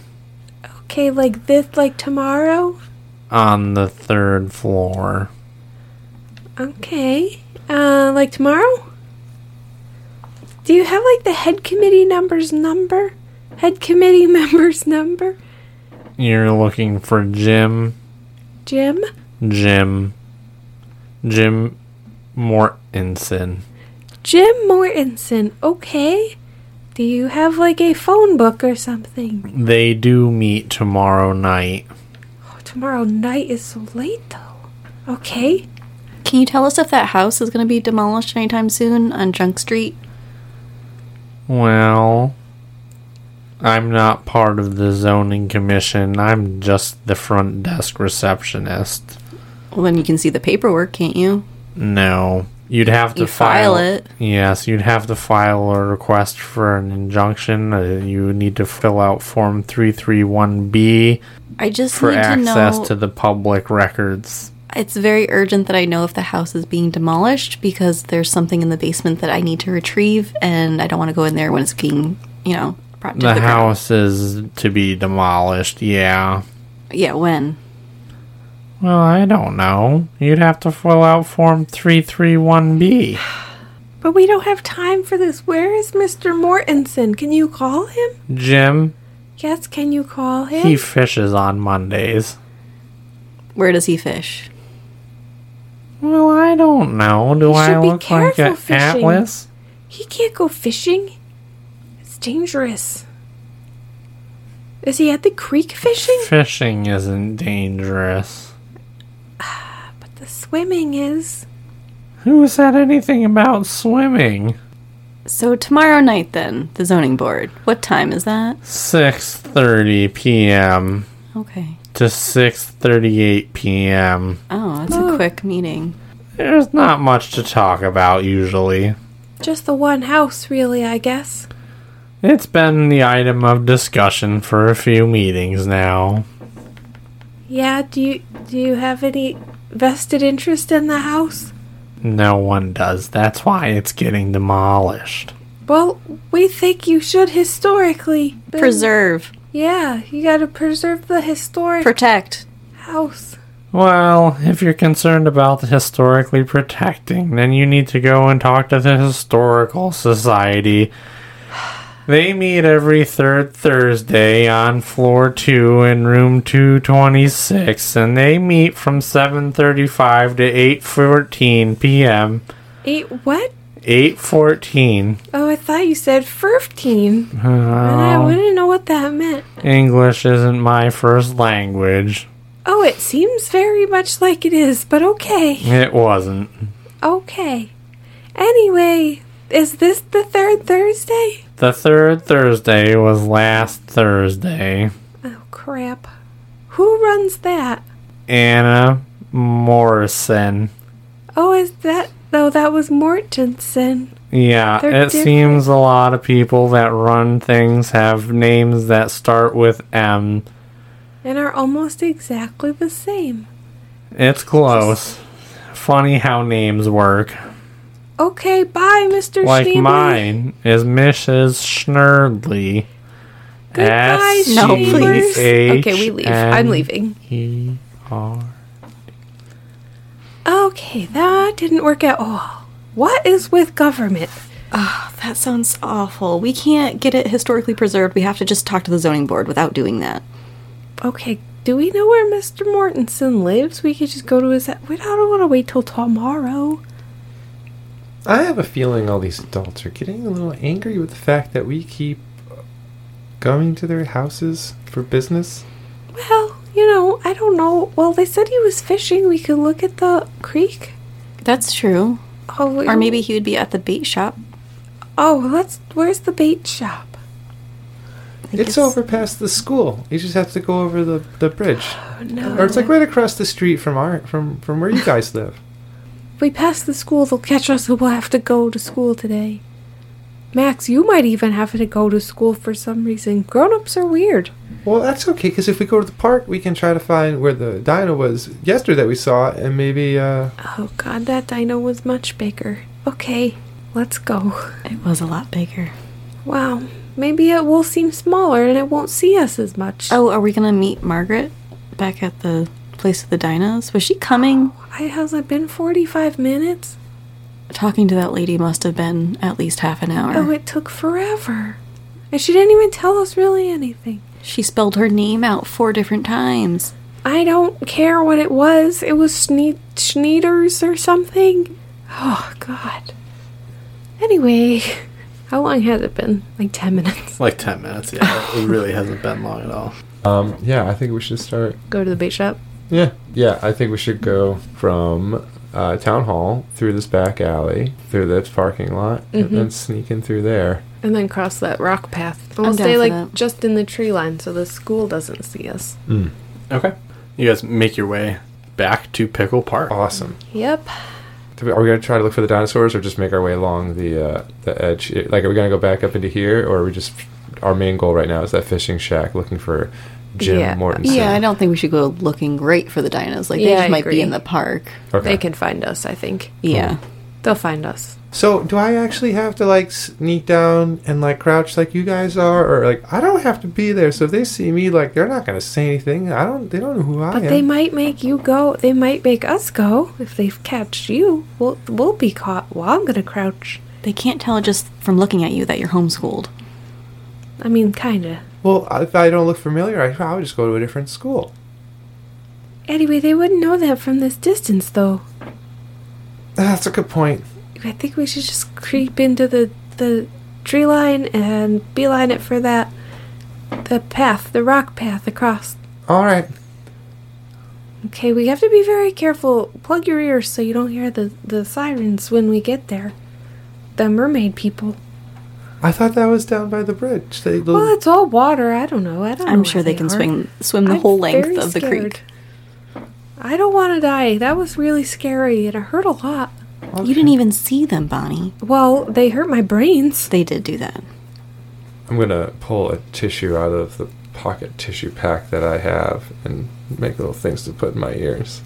Okay, like this, like tomorrow.
on the third floor.
Okay. Uh, like tomorrow? Do you have like the head committee number's number? Head committee [laughs] member's number?
You're looking for Jim,
Jim?
Jim, Jim Mortensen.
Jim Mortensen. Okay. Do you have like a phone book or something?
They do meet tomorrow night.
Oh, tomorrow night is so late though. Okay.
Can you tell us if that house is going to be demolished anytime soon on Junk Street?
Well, I'm not part of the zoning commission. I'm just the front desk receptionist.
Well, then you can see the paperwork, can't you?
No. You'd have to
You file it.
Yes, you'd have to file a request for an injunction. Uh, you need to fill out Form 331B
I just
for
need
access
to know.
to the public records.
it's very urgent that I know if the house is being demolished because there's something in the basement that I need to retrieve, and I don't want to go in there when it's being, you know, brought to
The
the, ground.
house is to be demolished, yeah.
Yeah, when?
Well, I don't know. You'd have to fill out Form 331B.
But we don't have time for this. Where is Mr. Mortensen? Can you call him?
Jim,
Yes, can you call him?
He fishes on Mondays.
Where does he fish?
Well, I don't know. Do I
should be
look like
careful
an
fishing.
atlas?
He can't go fishing. It's dangerous. Is he at the creek fishing?
Fishing isn't dangerous.
But the swimming is.
Who said anything about swimming?
So tomorrow night, then the zoning board. What time is that?
6:30 p.m.
Okay.
to 6:38 p.m.
Oh, that's a quick meeting.
There's not much to talk about usually.
Just the one house, really, I guess.
It's been the item of discussion for a few meetings now.
Yeah, do you do you have any vested interest in the house?
No one does. That's why it's getting demolished.
Well, we think you should historically but-
Preserve,
Yeah, you got to preserve the historic
protect.
house.
Well, if you're concerned about the historically protecting, then you need to go and talk to the Historical Society. They meet every third Thursday on floor 2 in room 226 and they meet from 7:35 to 8:14 p.m.
Eight what?
8:14
Oh, I thought you said fifteen, and I wouldn't know what that meant.
English isn't my first language.
Oh, it seems very much like it is, but okay,
It wasn't.
okay. Anyway, is this the third Thursday?
The third Thursday was last Thursday.
Oh crap! Who runs that?
Anna Morrison.
Oh, is that? No, that was Mortensen.
Yeah,
They're
it
different.
seems a lot of people that run things have names that start with M.
and are almost exactly the same.
It's close. Funny how names work.
Okay, bye, Mr.
Like
Schneebly.
mine is Mrs. Schnerdly.
Goodbye, Schneebers.
Okay, we leave. I'm leaving.
Okay, that didn't work at all. What is with government?
Oh, That sounds awful. We can't get it historically preserved. We have to just talk to the zoning board without doing that.
Okay, do we know where Mr. Mortensen lives? We could just go to his. We don't want to wait till tomorrow.
I have a feeling all these adults are getting a little angry with the fact that we keep going to their houses for business.
Well, you know, I don't know. Well, they said he was fishing. We could look at the creek.
That's true.
Oh, we-
Or maybe he would be at the bait shop.
Oh, let's. Where's the bait shop?
it's-
It's, over past the school. You just have to go over the, the bridge.
Oh,
Or it's like right across the street from our from, from where you guys live.
If we pass the school, they'll catch us and we'll have to go to school today. Max, you might even have to go to school for some reason. Grown ups are weird.
Well, that's okay because if we go to the park, we can try to find where the dino was yesterday that we saw, and maybe uh,
Oh god, that dino was much bigger. Okay, let's go.
It was a lot bigger.
Wow, maybe it will seem smaller and it won't see us as much.
Oh, are we gonna meet Margaret back at the place of the dinos? Was she coming?
I hasn't been 45 minutes?
Talking to that lady must have been at least half an hour.
Oh, it took forever. And she didn't even tell us really anything.
Oh, She spelled her name out four different times.
I don't care what it was. It was Schne- Schneiders or something. Oh, God. Anyway, how long has it been? Like 10 minutes.
Like 10 minutes, yeah. it really hasn't been long at all.
um, yeah, I think we should start
Go to the bait shop.
Yeah, yeah. I think we should go from uh, town hall through this back alley, through this parking lot, and then sneak in through there.
And then cross that rock path. And we'll
I'm down
stay
for
like
that.
just in the tree line so the school doesn't see us.
Mm.
Okay. You guys make your way back to Pickle Park.
Awesome.
Yep.
Do we- Are we gonna try to look for the dinosaurs, or just make our way along the uh, the edge? Eh, Like, are we gonna go back up into here, or are we just our main goal right now is that fishing shack, looking for Jim
Yeah.
Mortensen?
yeah, I don't think we should go looking great for the dinos. Like they
Yeah,
just
I
might be
agree.
in the park.
Okay.
They can find us, I think.
Yeah.
They'll find us.
So, do I actually have to like sneak down and like crouch like you guys are, or like I don't have to be there? So if they see me, like they're not gonna say anything. I don't. They don't know who I
But
am.
they might make you go. They might make us go if they've catched you. We'll, we'll be caught. Well, I'm going to crouch.
They can't tell just from looking at you that you're homeschooled.
I mean, kind of.
Well, if I don't look familiar, I, I would just go to a different school.
Anyway, they wouldn't know that from this distance, though.
That's a good point.
I think we should just creep into the, the tree line and beeline it for that. The path, the rock path across
All right.
Okay, we have to be very careful. Plug your ears so you don't hear the, the sirens when we get there. The mermaid people.
I thought that was down by the bridge. They, the,
Well, it's all water. I don't know. I don't. know
I'm sure
where
Oh, they can
are.
swing swim the
I'm
whole length
very
of the
scared.
creek.
I don't want to die. That was really scary, and it hurt a lot.
You didn't even see them, Bonnie.
Well, they hurt my brains.
They did do that.
I'm gonna pull a tissue out of the pocket tissue pack that I have and make little things to put in my ears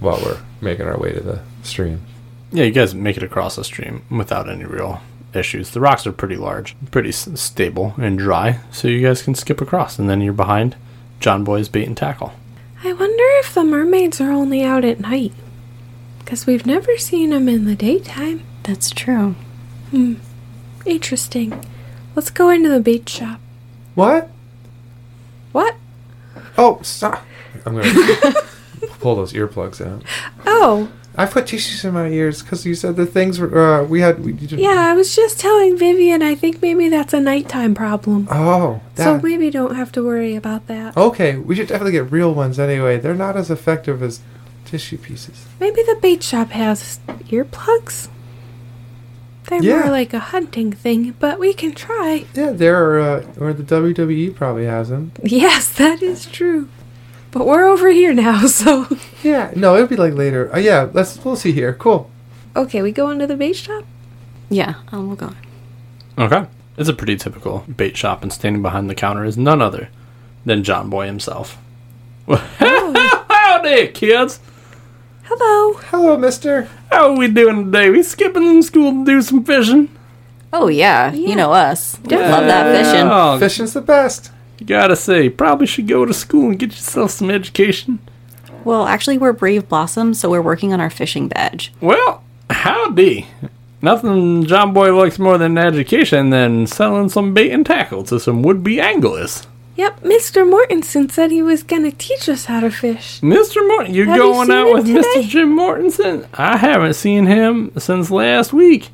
while we're making our way to the stream.
Yeah, you guys make it across the stream without any real issues. The rocks are pretty large, pretty s- stable and dry, so you guys can skip across, and then you're behind John Boy's bait and tackle.
I wonder if the mermaids are only out at night. Because we've never seen them in the daytime.
That's true.
Interesting. Let's go into the bait shop.
What?
What?
Oh, stop! I'm
[laughs]
gonna pull those earplugs out.
Oh,
I put tissues in my ears because you said the things were, uh, we had. We, you didn't-
yeah, I was just telling Vivian I think maybe that's a nighttime problem.
Oh, that.
So maybe don't have to worry about that.
okay, we should definitely get real ones anyway. They're not as effective as tissue pieces.
Maybe the bait shop has earplugs? They're
Yeah.
more like a hunting thing, but we can try.
Yeah, there are, uh, or the WWE probably has them.
Yes, that is true. But we're over here now, so.
Yeah, no, it'll be like later. Uh, yeah, let's we'll see here. Cool.
Okay, we go into the bait shop?
Yeah, um, we'll go.
Okay. It's a pretty typical bait shop, and standing behind the counter is none other than John Boy himself. [laughs] Howdy, kids!
Hello.
Hello, Mister.
How are we doing today? We skipping school to do some fishing?
Oh yeah, you know us. Love that
Oh,
Fishing's the best.
gotta say, probably should go to school and get yourself some education.
fishing. Well, actually, we're Brave Blossoms, so we're working on our fishing badge.
Well, howdy. Nothing John Boy likes more than education than selling some bait and tackle to some would-be anglers.
Yep, Mr. Mortensen said he was gonna teach us how to fish.
Mr. Morton, you
Have you
going
seen
out
him
with Mr.
today?
Jim Mortensen? I haven't seen him since last week.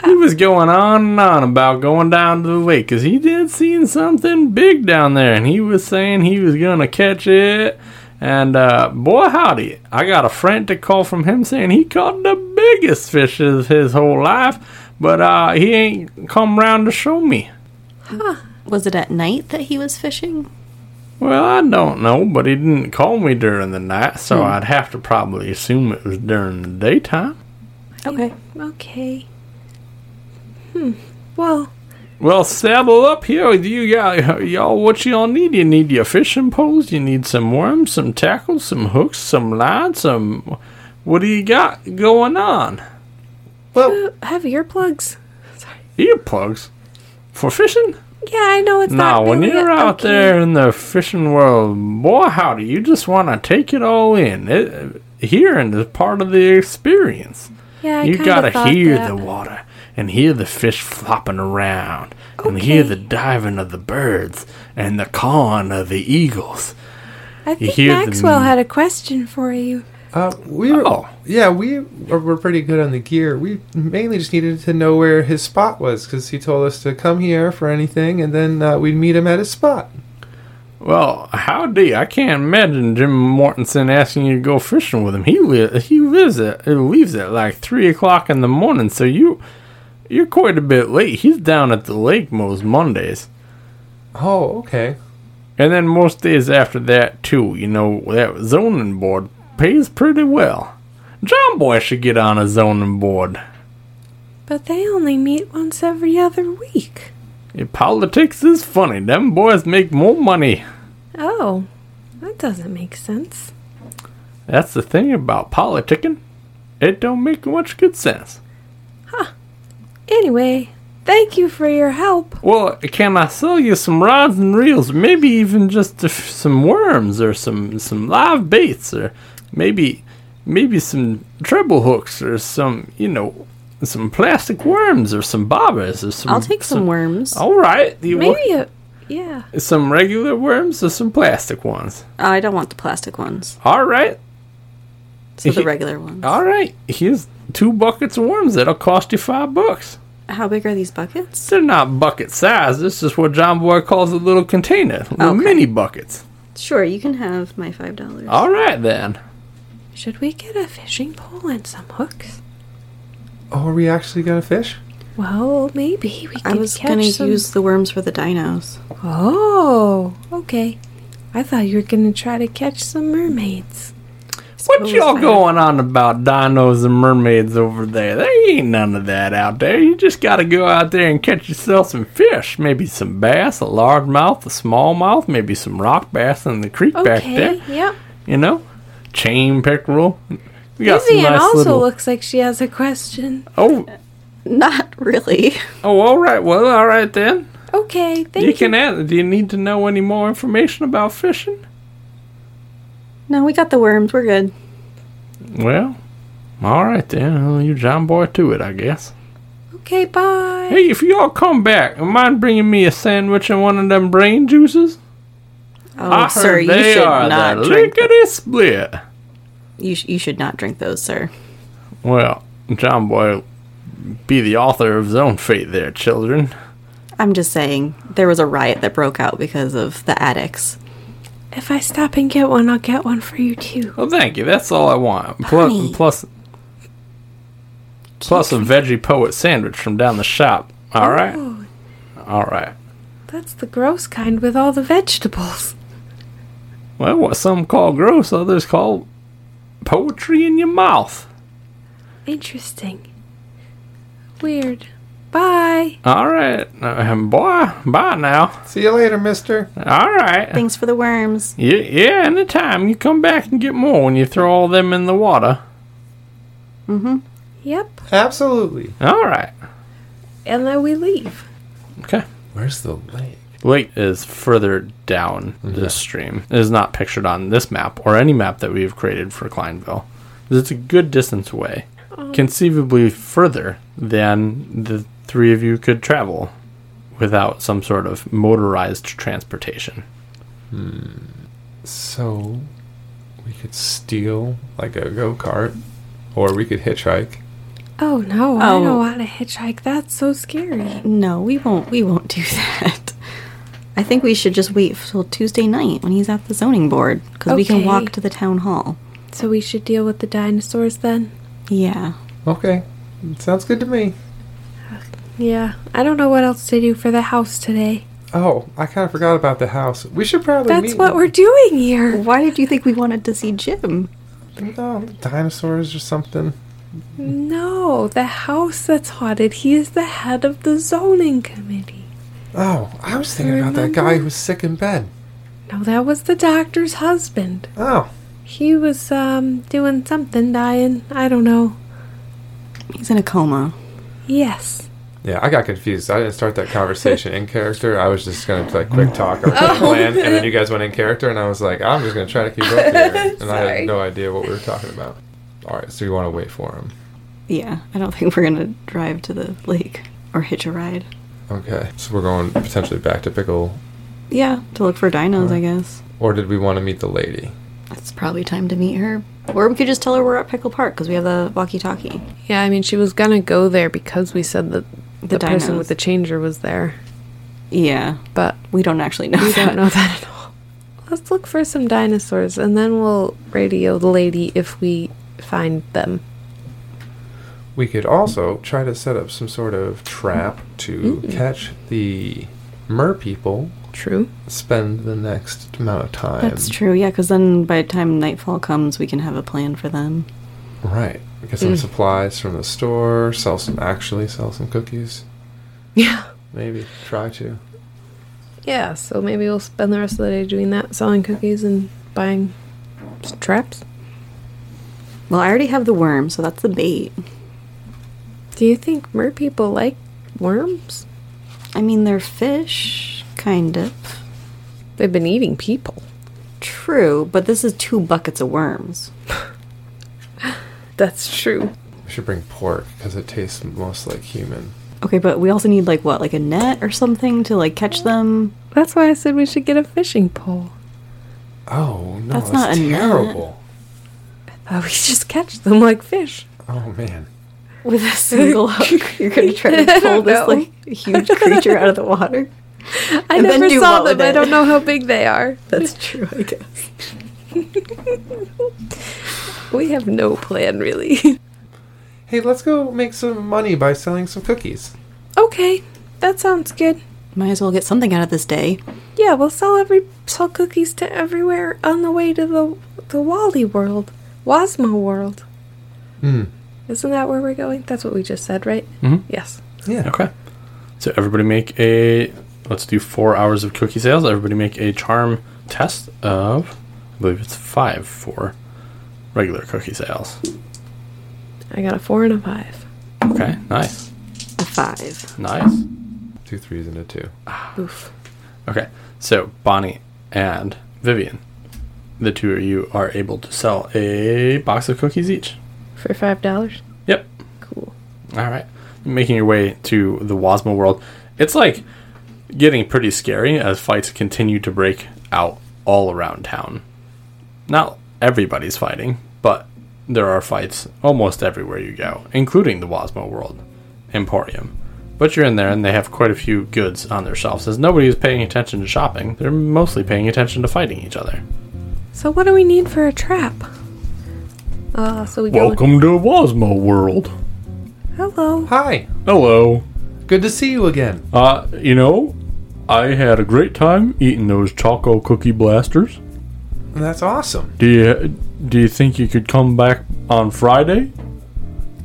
Uh.
He was going on and on about going down to the lake because he did see something big down there, and he was saying he was gonna catch it. And uh, boy, howdy! I got a frantic call from him saying he caught the biggest fish of his whole life, but uh, he ain't come round to show me.
Was it at night that he was fishing?
Well, I don't know, but he didn't call me during the night, so I'd have to probably assume it was during the daytime.
Okay.
Okay. Hmm. Well,
Well, saddle up here. You got y'all what y'all need. You need your fishing poles. You need some worms, some tackles, some hooks, some line, some. What do you got going on?
Well,
have earplugs.
Earplugs for fishing?
Yeah, I know it's
Nah,
not.
when
really
you're
a-
out
okay.
there in the fishing world, boy, howdy, you just want to take it all in. It, hearing is part of the experience.
Yeah, I
you
kinda
gotta
thought
hear
that.
the water and hear the fish flopping around and hear
Okay.
the diving of the birds and the cawing of the eagles.
I think
hear the
Maxwell
m-
had a question for you.
uh, we were.
Oh.
Yeah, we were, were pretty good on the gear. We mainly just needed to know where his spot was because he told us to come here for anything, and then uh, we'd meet him at his spot.
Well, howdy! I can't imagine Jim Mortensen asking you to go fishing with him. He li- he lives at he leaves at like three o'clock in the morning, so you you're quite a bit late. He's down at the lake most Mondays.
Oh, okay.
And then most days after that, too, you know, that zoning board pays pretty well. John Boy should get on a zoning board.
But they only meet once every other week.
Your politics is funny. Them boys make more money.
Oh, that doesn't make sense.
That's the thing about politicking. It don't make much good sense.
Anyway, thank you for your help.
Well, can I sell you some rods and reels? Maybe even just f- some worms or some some live baits or maybe maybe some treble hooks or some you know some plastic worms or some bobbers or some.
I'll take some worms.
All right, you want
Maybe a yeah.
some regular worms or some plastic ones.
I don't want the plastic ones.
All right,
So
[laughs]
the
He-
regular ones.
all right. Here's two buckets of worms that'll cost you five bucks.
How big are these buckets?
They're not bucket size. This is what John Boy calls a little container, little
Okay.
mini buckets.
Sure, you can have my five dollars.
All right then.
Should we get a fishing pole and some hooks?
Oh, are we actually gonna fish?
Well, maybe we could
I was
catch
gonna
some.
use the worms for the dinos.
Oh, okay. I thought you were gonna try to catch some mermaids.
What y'all going on about dinos and mermaids over there? There ain't none of that out there. You just gotta go out there and catch yourself some fish. Maybe some bass, a largemouth, a smallmouth, maybe some rock bass in the creek back
Okay.
there.
Yep.
You know? Chain pickerel. We got some
Vivian
nice
also
little
looks like she has a question.
Oh
Not really.
oh alright, well alright then.
Okay, thank you.
you can ask do you need to know any more information about fishing?
No, we got the worms. We're good.
Well, all right then. Well, you John Boy to it, I guess.
okay, bye.
Hey, if y'all come back, mind bringing me a sandwich and one of them brain juices?
Oh,
I heard
sir, you
Ah, they
should
are
not
the
drink.
lickety split.
You, sh- you should not drink those, sir.
Well, John Boy, be the author of his own fate, there, children.
I'm just saying there was a riot that broke out because of the addicts.
If I stop and get one, I'll get one for you too.
Well, thank you. That's all I want. Plus,
Honey.
plus, plus a veggie poet sandwich from down the shop. All right.
Oh,
All right.
that's the gross kind with all the vegetables. [laughs]
Well, what some call gross, others call poetry in your mouth.
Interesting. Weird. Bye.
All right, uh, boy, bye now.
See you later, mister.
All right,
Thanks for the worms.
yeah, yeah. Anytime you come back and get more when you throw all them in the water.
Yep.
Absolutely.
All right,
And then we leave.
okay.
Where's the lake?
Lake is further down the stream. It is not pictured on this map or any map that we have created for Kleinville. 'Cause It's a good distance away, conceivably further than the three of you could travel without some sort of motorized transportation.
Hmm. So
We could steal like a go kart, or we could hitchhike.
Oh no, I
Oh.
don't want to hitchhike. That's so scary.
No, we won't. We won't do [laughs] that. I think we should just wait till Tuesday night when he's at the zoning board because we can
Okay.
walk to the town hall.
So we should deal with the dinosaurs then?
Yeah.
okay, sounds good to me.
Yeah. I don't know what else to do for the house today.
Oh, I kind of forgot about the house. We should probably
That's
meet.
what we're doing here.
Why did you think we wanted to see Jim?
no uh, dinosaurs or something.
No, the house that's haunted. He is the head of the zoning committee.
Oh, I was thinking about that guy who was sick in bed.
No, that was the doctor's husband.
Oh,
He was um doing something, dying. I don't know.
He's in a coma.
Yes.
Yeah, I got confused. I didn't start that conversation in character. I was just gonna like quick talk or quick plan, and then you guys went in character, and I was like, I'm just gonna try to keep up here, and I had no idea what we were talking about. All right, so you want to wait for him?
Yeah, I don't [laughs] think we're gonna drive to the lake or hitch a ride.
Okay.
so we're going potentially back to pickle,
Yeah, to look for dinos, I guess.
or did we want to meet the lady?
It's probably time to meet her. Or we could just tell her we're at Pickle Park because we have the walkie talkie.
Yeah, I mean, she was gonna go there because we said that the, person
dinos.
with the changer was there,
Yeah,
but
we don't actually know.
we
that.
don't know that at all. Let's look for some dinosaurs, and then we'll radio the lady if we find them.
We could also try to set up some sort of trap to catch the mer people.
True.
Spend the next amount of time.
That's true, yeah, because then by the time nightfall comes, we can have a plan for them.
Right.
Mm.
Get some supplies from the store. Sell some. Actually, sell some cookies.
Yeah.
Maybe try to.
Yeah. So maybe we'll spend the rest of the day doing that, selling cookies and buying s- traps.
Well, I already have the worm, so that's the bait.
Do you think mer people like worms?
I mean, they're fish, kind of.
They've been eating people.
True, but this is two buckets of worms.
That's true.
We should bring pork because it tastes most like human.
Okay, but we also need, like, what, like a net or something to, like, catch them?
That's why I said we should get a fishing pole.
Oh no,
That's
that's,
not a nut.
terrible.
Uh,
[laughs]
we just catch them like fish.
Oh man,
With a
[laughs]
single hook. [laughs] You're gonna try to pull this,
know.
like, huge creature out of the
[laughs]
water?
I
And then
never
do
saw
what with
them. I
it?
don't know how big they are.
[laughs] That's true, I guess.
[laughs] We have no plan, really.
Hey, let's go make some money by selling some cookies.
Okay. That sounds good.
Might as well get something out of this day.
Yeah, we'll sell every sell cookies to everywhere on the way to the the Wally World.
Wasma World.
Hmm.
Isn't that where we're going? That's what we just said, right?
Mhm.
Yes.
Yeah.
Okay. So everybody make a. Let's do four hours of cookie sales. Everybody make a charm test of. I believe it's five for regular cookie sales.
I got a four and a five.
Okay. Nice.
A five.
Nice.
Two threes and a two.
Oof.
Okay. So Bonnie and Vivian, the two of you are able to sell a box of cookies each.
For five dollars?
Yep.
Cool.
All right. Making your way to the Wasma world. It's like getting pretty scary as fights continue to break out all around town. Not everybody's fighting, but there are fights almost everywhere you go, including the Wasma world emporium. But you're in there and they have quite a few goods on their shelves. As nobody is paying attention to shopping, they're mostly paying attention to fighting each other.
So what do we need for a trap? Uh, so we go.
Oh, to Wasma world.
Hello.
Hi.
Hello.
Good to see you again.
Uh, you know, I had a great time eating those choco cookie blasters.
That's awesome.
Do you do you think you could come back on Friday?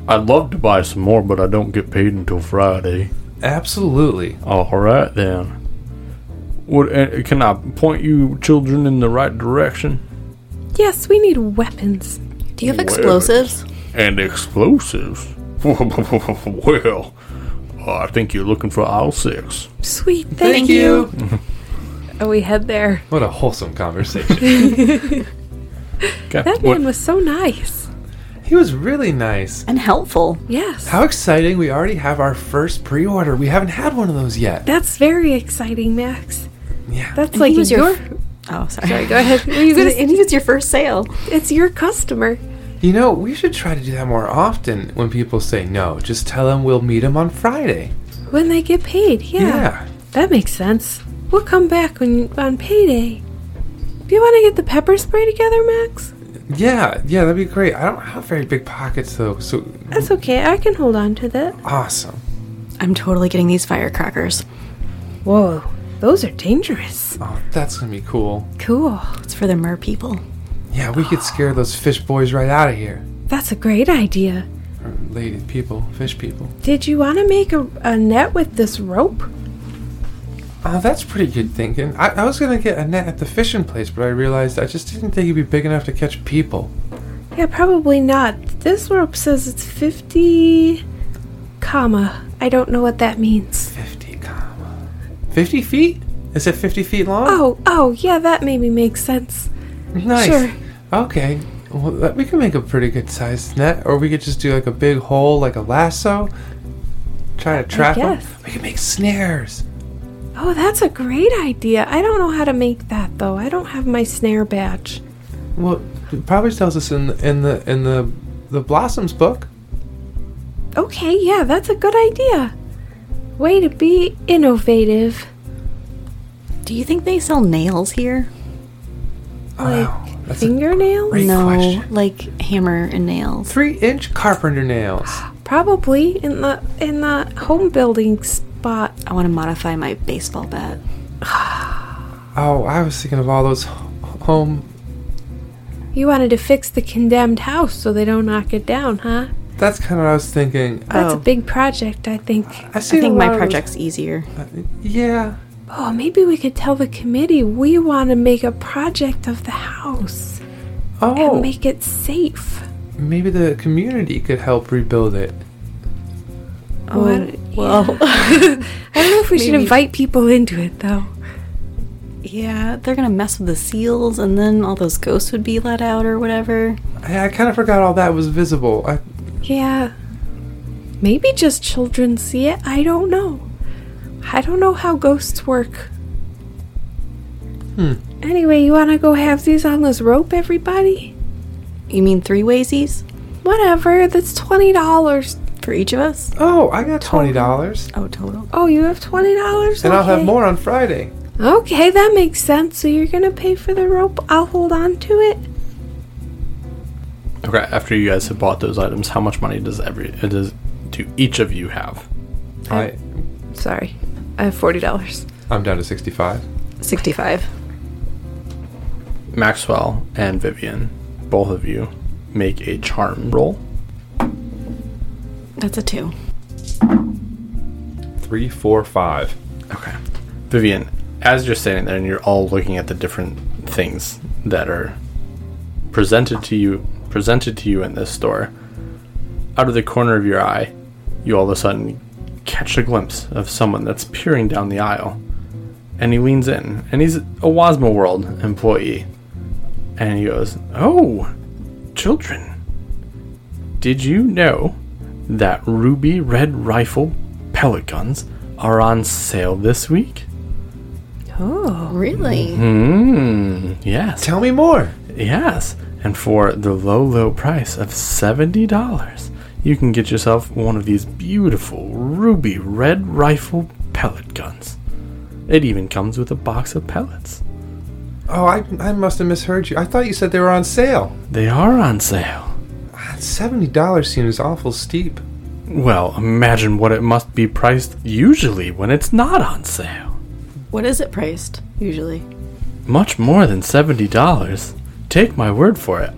I'd love to buy some more, but I don't get paid until Friday.
Absolutely.
All right then. What uh, can I point you children in the right direction?
Yes, we need weapons.
Do you have
Whatever.
explosives?
And explosives. [laughs] well, I think you're looking for aisle six.
Sweet. Thank,
Thank you.
Oh, we head there.
What a
[laughs]
wholesome conversation.
Okay.
That
what-
man was so nice.
he was really nice.
And helpful.
Yes.
How exciting. We already have our first pre order. We haven't had one of those yet.
That's very exciting, Max.
Yeah.
That's
And
like
he was your
your.
f- Oh, sorry.
Sorry, go
[laughs]
ahead.
Were you gonna-
and he was your first sale.
it's your customer.
You know, we should try to do that more often when people say no. Just tell them we'll meet them on Friday.
When they get paid, yeah. That makes sense. We'll come back when on payday. Do you want to get the pepper spray together,
Yeah.
Max?
Yeah. Yeah, that'd be great. I don't have very big pockets, though. So
That's okay. I can hold on to that.
awesome.
I'm totally getting these firecrackers.
Whoa, those are dangerous.
Oh, that's going to be cool.
Cool.
It's for the mer people.
Yeah, we could scare those fish boys right out of here.
That's a great idea.
Or lady people, fish people.
Did you want to make a, a net with this rope?
Oh, that's pretty good thinking. I, I was gonna get a net at the fishing place, but I realized I just didn't think it'd be big enough to catch people.
Yeah, probably not. This rope says it's 50 comma. I don't know what that means.
Fifty comma. Fifty feet? Is it fifty feet long?
Oh, oh, yeah, that maybe makes sense.
nice.
sure.
Okay. Well, that, we can make a pretty good sized net, or we could just do like a big hole, like a lasso. Try to trap them.
guess.
We can make snares.
Oh, that's a great idea. I don't know how to make that though. I don't have my snare badge.
Well, it probably tells us in the, in the in the the blossoms book.
Okay, yeah, that's a good idea. Way to be innovative.
Do you think they sell nails here?
Like
Wow, that's a
fingernails?
Great
no,
question.
like hammer and nails.
three inch carpenter nails.
Probably in the in the home building spot.
I want to modify my baseball bat.
Oh, I was thinking of all those h- home
You wanted to fix the condemned house so they don't knock it down, huh?
That's kind of what I was thinking.
That's
Oh.
a big project, I think.
I,
I think my project's easier.
Yeah.
Oh, maybe we could tell the committee we want to make a project of the house
Oh,
and make it safe.
maybe the community could help rebuld it.
Oh,
well.
I don't know if we should
Maybe.
invite people into it though.
[laughs] Yeah, they're gonna mess with the seals, and then all those ghosts would be let out or whatever.
I, I kind of forgot all that was visible. I,
Yeah. Maybe just children see it. I don't know. I don't know how ghosts work.
Hmm.
Anyway, you want to go have these on this rope, everybody?
You mean three waysies
Whatever. That's twenty dollars.
for each of us?
oh, I got twenty dollars,
Oh, total.
Oh, you have twenty dollars.
and I'll have more on Friday.
Okay, that makes sense. So you're gonna pay for the rope. I'll hold on to it.
Okay, after you guys have bought those items, how much money does every uh, does do each of you have?
I,
Sorry. I have forty dollars.
I'm down to sixty-five.
Sixty-five.
Maxwell and Vivian, both of you, make a charm roll.
That's a two.
Three, four, five.
Okay. Vivian, as you're standing there and you're all looking at the different things that are presented to you presented to you in this store, out of the corner of your eye, you all of a sudden catch a glimpse of someone that's peering down the aisle. And he leans in, and he's a Wasmo World employee. And he goes, Oh, children, did you know that ruby red rifle pellet guns are on sale this week?
Really?
Mm-hmm.
Mmm, yes.
Tell me more.
Yes, and for the low, low price of $70, you can get yourself one of these beautiful ruby red rifle pellet guns. It even comes with a box of pellets.
Oh, I, I must have misheard you. I thought you said they were on sale.
They are on sale.
Seventy dollars seems awful steep.
Well, imagine what it must be priced usually when it's not on sale.
What is it priced usually?
Much more than $70. Take my word for it.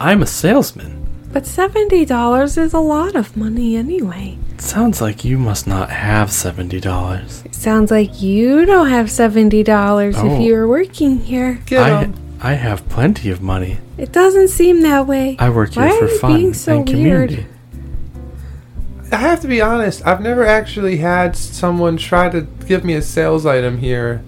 I'm a salesman.
But $70 is a lot of money anyway.
Sounds like you must not have $70.
Sounds like you don't have $70
Oh.
if you were working here.
Get
I,
'em.
I have plenty of money.
It doesn't seem that way.
I work here
Why
for
are you
fun
being so
and community.
weird?
I have to be honest. I've never actually had someone try to give me a sales item here.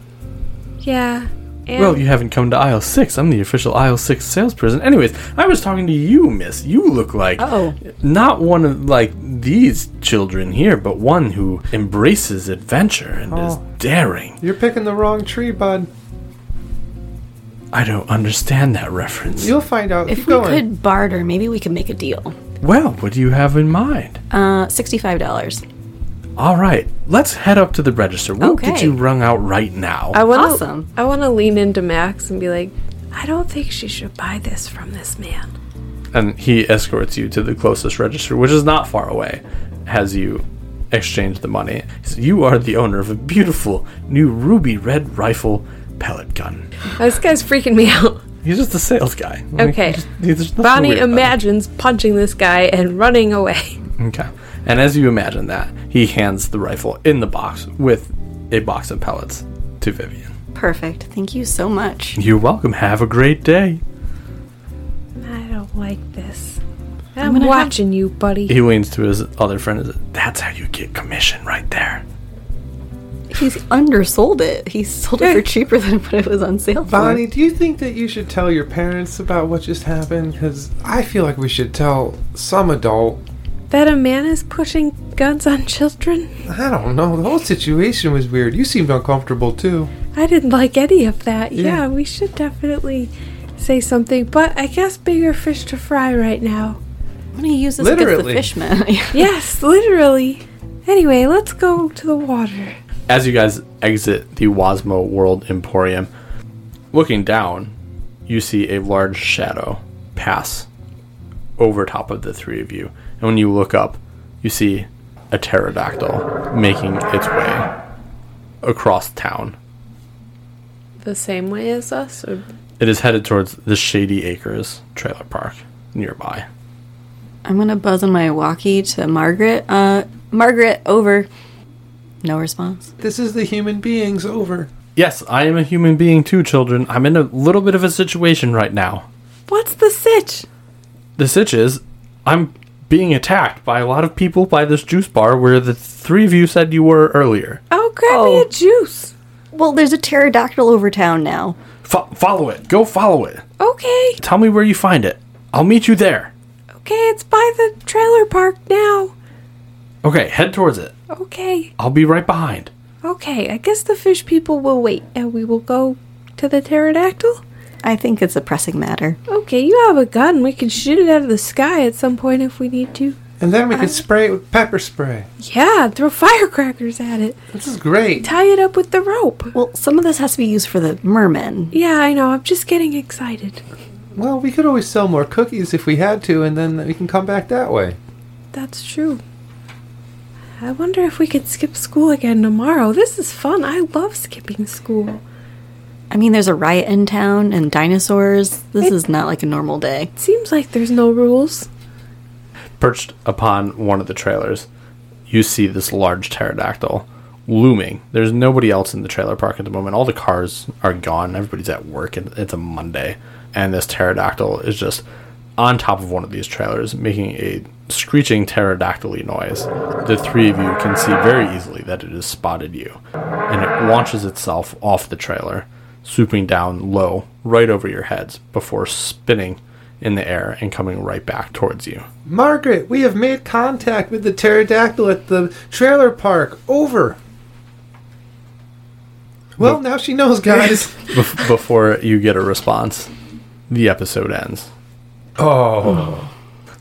Yeah. And
Well, you haven't come to aisle six. I'm the official aisle six salesperson. Anyways, I was talking to you, miss. You look like
Oh.
not one of like these children here, but one who embraces adventure and is
Oh.
daring.
You're picking the wrong tree, bud.
I don't understand that reference.
You'll find out.
If
Keep
we
going.
could barter, maybe we could make a deal.
well, what do you have in mind?
Uh, sixty-five dollars.
All right, let's head up to the register. We'll get
Okay.
you rung out right now.
I wanna,
Awesome.
I want to lean into Max and be like,
I don't think she should buy this from this man.
and he escorts you to the closest register, which is not far away, as you exchange the money. So you are the owner of a beautiful new ruby red rifle pellet gun.
this guy's freaking me out.
He's just a sales guy.
Okay. Bonnie imagines punching this guy and running away.
Okay. And as you imagine that, he hands the rifle in the box with a box of pellets to Vivian.
Perfect. Thank you so much.
You're welcome. Have a great day.
I don't like this.
I'm,
gonna have-
watching you, buddy.
He leans to his other friend. and says, That's how you get commission right there.
He's undersold it. He sold [laughs] it for cheaper than what it was on sale for.
Bonnie, do you think that you should tell your parents about what just happened? Because I feel like we should tell some adult.
That a man is pushing guns on children?
I don't know. The whole situation was weird. You seemed uncomfortable too.
I didn't like any of that.
Yeah.
Yeah, we should definitely say something, but I guess bigger fish to fry right now.
I'm gonna use this against the [laughs]
Literally.
fishman.
Yes, literally. Anyway, let's go to the water.
as you guys exit the Wasmo World Emporium, looking down, you see a large shadow pass over top of the three of you. And when you look up, you see a pterodactyl making its way across town.
The same way as us? Or
It is headed towards the Shady Acres trailer park nearby.
I'm gonna buzz on my walkie to Margaret. Uh, Margaret, over. No response.
This is the human beings over.
Yes, I am a human being too, children. I'm in a little bit of a situation right now.
What's the sitch?
the sitch is I'm being attacked by a lot of people by this juice bar where the three of you said you were earlier.
Oh, grab me
Oh.
a juice.
Well, there's a pterodactyl over town now.
Fo- follow it. Go follow it.
Okay,
Tell me where you find it. I'll meet you there.
okay, it's by the trailer park now.
Okay, head towards it.
Okay,
I'll be right behind.
okay, I guess the fish people will wait and we will go to the pterodactyl.
I think it's a pressing matter.
Okay, you have a gun. We can shoot it out of the sky at some point if we need to.
And then we could spray it with pepper spray.
Yeah, throw [laughs] firecrackers at it.
This is great.
Tie it up with the rope.
Well, some of this has to be used for the mermen.
Yeah, I know. I'm just getting excited.
Well, we could always sell more cookies if we had to, and then we can come back that way.
That's true. I wonder if we could skip school again tomorrow. This is fun. I love skipping school.
I mean, there's a riot in town and dinosaurs. This is not like a normal day.
Seems like there's no rules.
Perched upon one of the trailers, you see this large pterodactyl looming. There's nobody else in the trailer park at the moment. All the cars are gone. Everybody's at work, and it's a Monday. And this pterodactyl is just on top of one of these trailers, making a screeching pterodactyly noise. The three of you can see very easily that it has spotted you, and it launches itself off the trailer, swooping down low right over your heads before spinning in the air and coming right back towards you.
Margaret, we have made contact with the pterodactyl at the trailer park. Over. Well, now she knows, guys.
[laughs] Bef- before you get a response, the episode ends.
oh,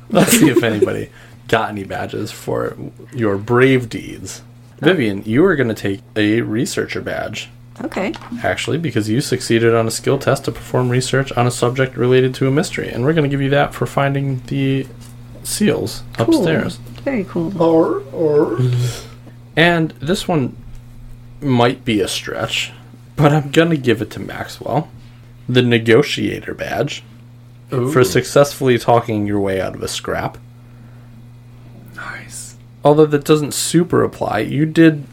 Let's see if anybody got any badges for your brave deeds. Vivian, you are going to take a researcher badge,
Okay.
actually, because you succeeded on a skill test to perform research on a subject related to a mystery. And we're going to give you that for finding the seals upstairs.
Very cool.
Or, or. And this one might be a stretch, but I'm going to give it to Maxwell. The negotiator badge for successfully talking your way out of a scrap.
nice.
Although that doesn't super apply, you did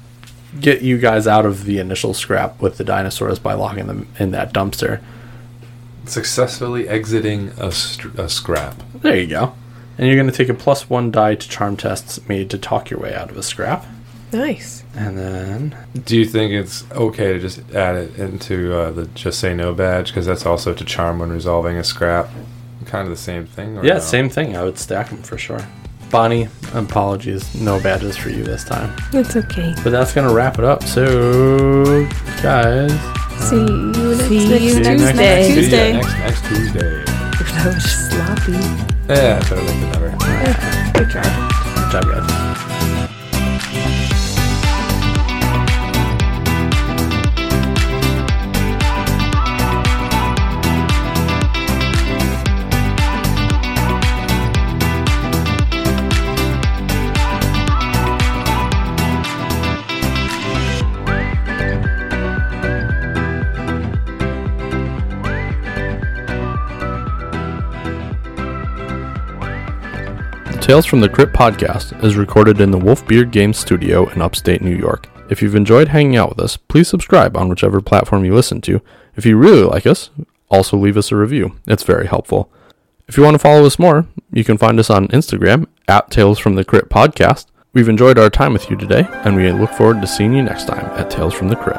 get you guys out of the initial scrap with the dinosaurs by locking them in that dumpster.
Successfully exiting a, str a scrap.
There you go. And you're going to take a plus one die to charm tests made to talk your way out of a scrap.
Nice.
And then
Do you think it's okay to just add it into uh, the just say no badge because that's also to charm when resolving a scrap? Kind of the same thing. Or
Yeah,
no?
same thing. I would stack them for sure. Bonnie, apologies. No badges for you this time.
It's okay.
But that's going to wrap it up. So, guys,
See you next,
See
next
you
Tuesday.
next
See ya
Tuesday.
next next Tuesday.
[laughs] That was sloppy.
Yeah, better late than never.
good job, guys. The Tales from the Crypt podcast is recorded in the Wolfbeard Games studio in upstate New York. If you've enjoyed hanging out with us, please subscribe on whichever platform you listen to. If you really like us, also leave us a review. It's very helpful. If you want to follow us more, you can find us on Instagram at Tales from the Crypt podcast. We've enjoyed our time with you today, and we look forward to seeing you next time at Tales from the Crypt.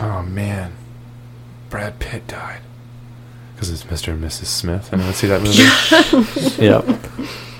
Oh man, Brad Pitt died. Because it's Mr. and Mrs. Smith. Anyone see that movie?
Yep.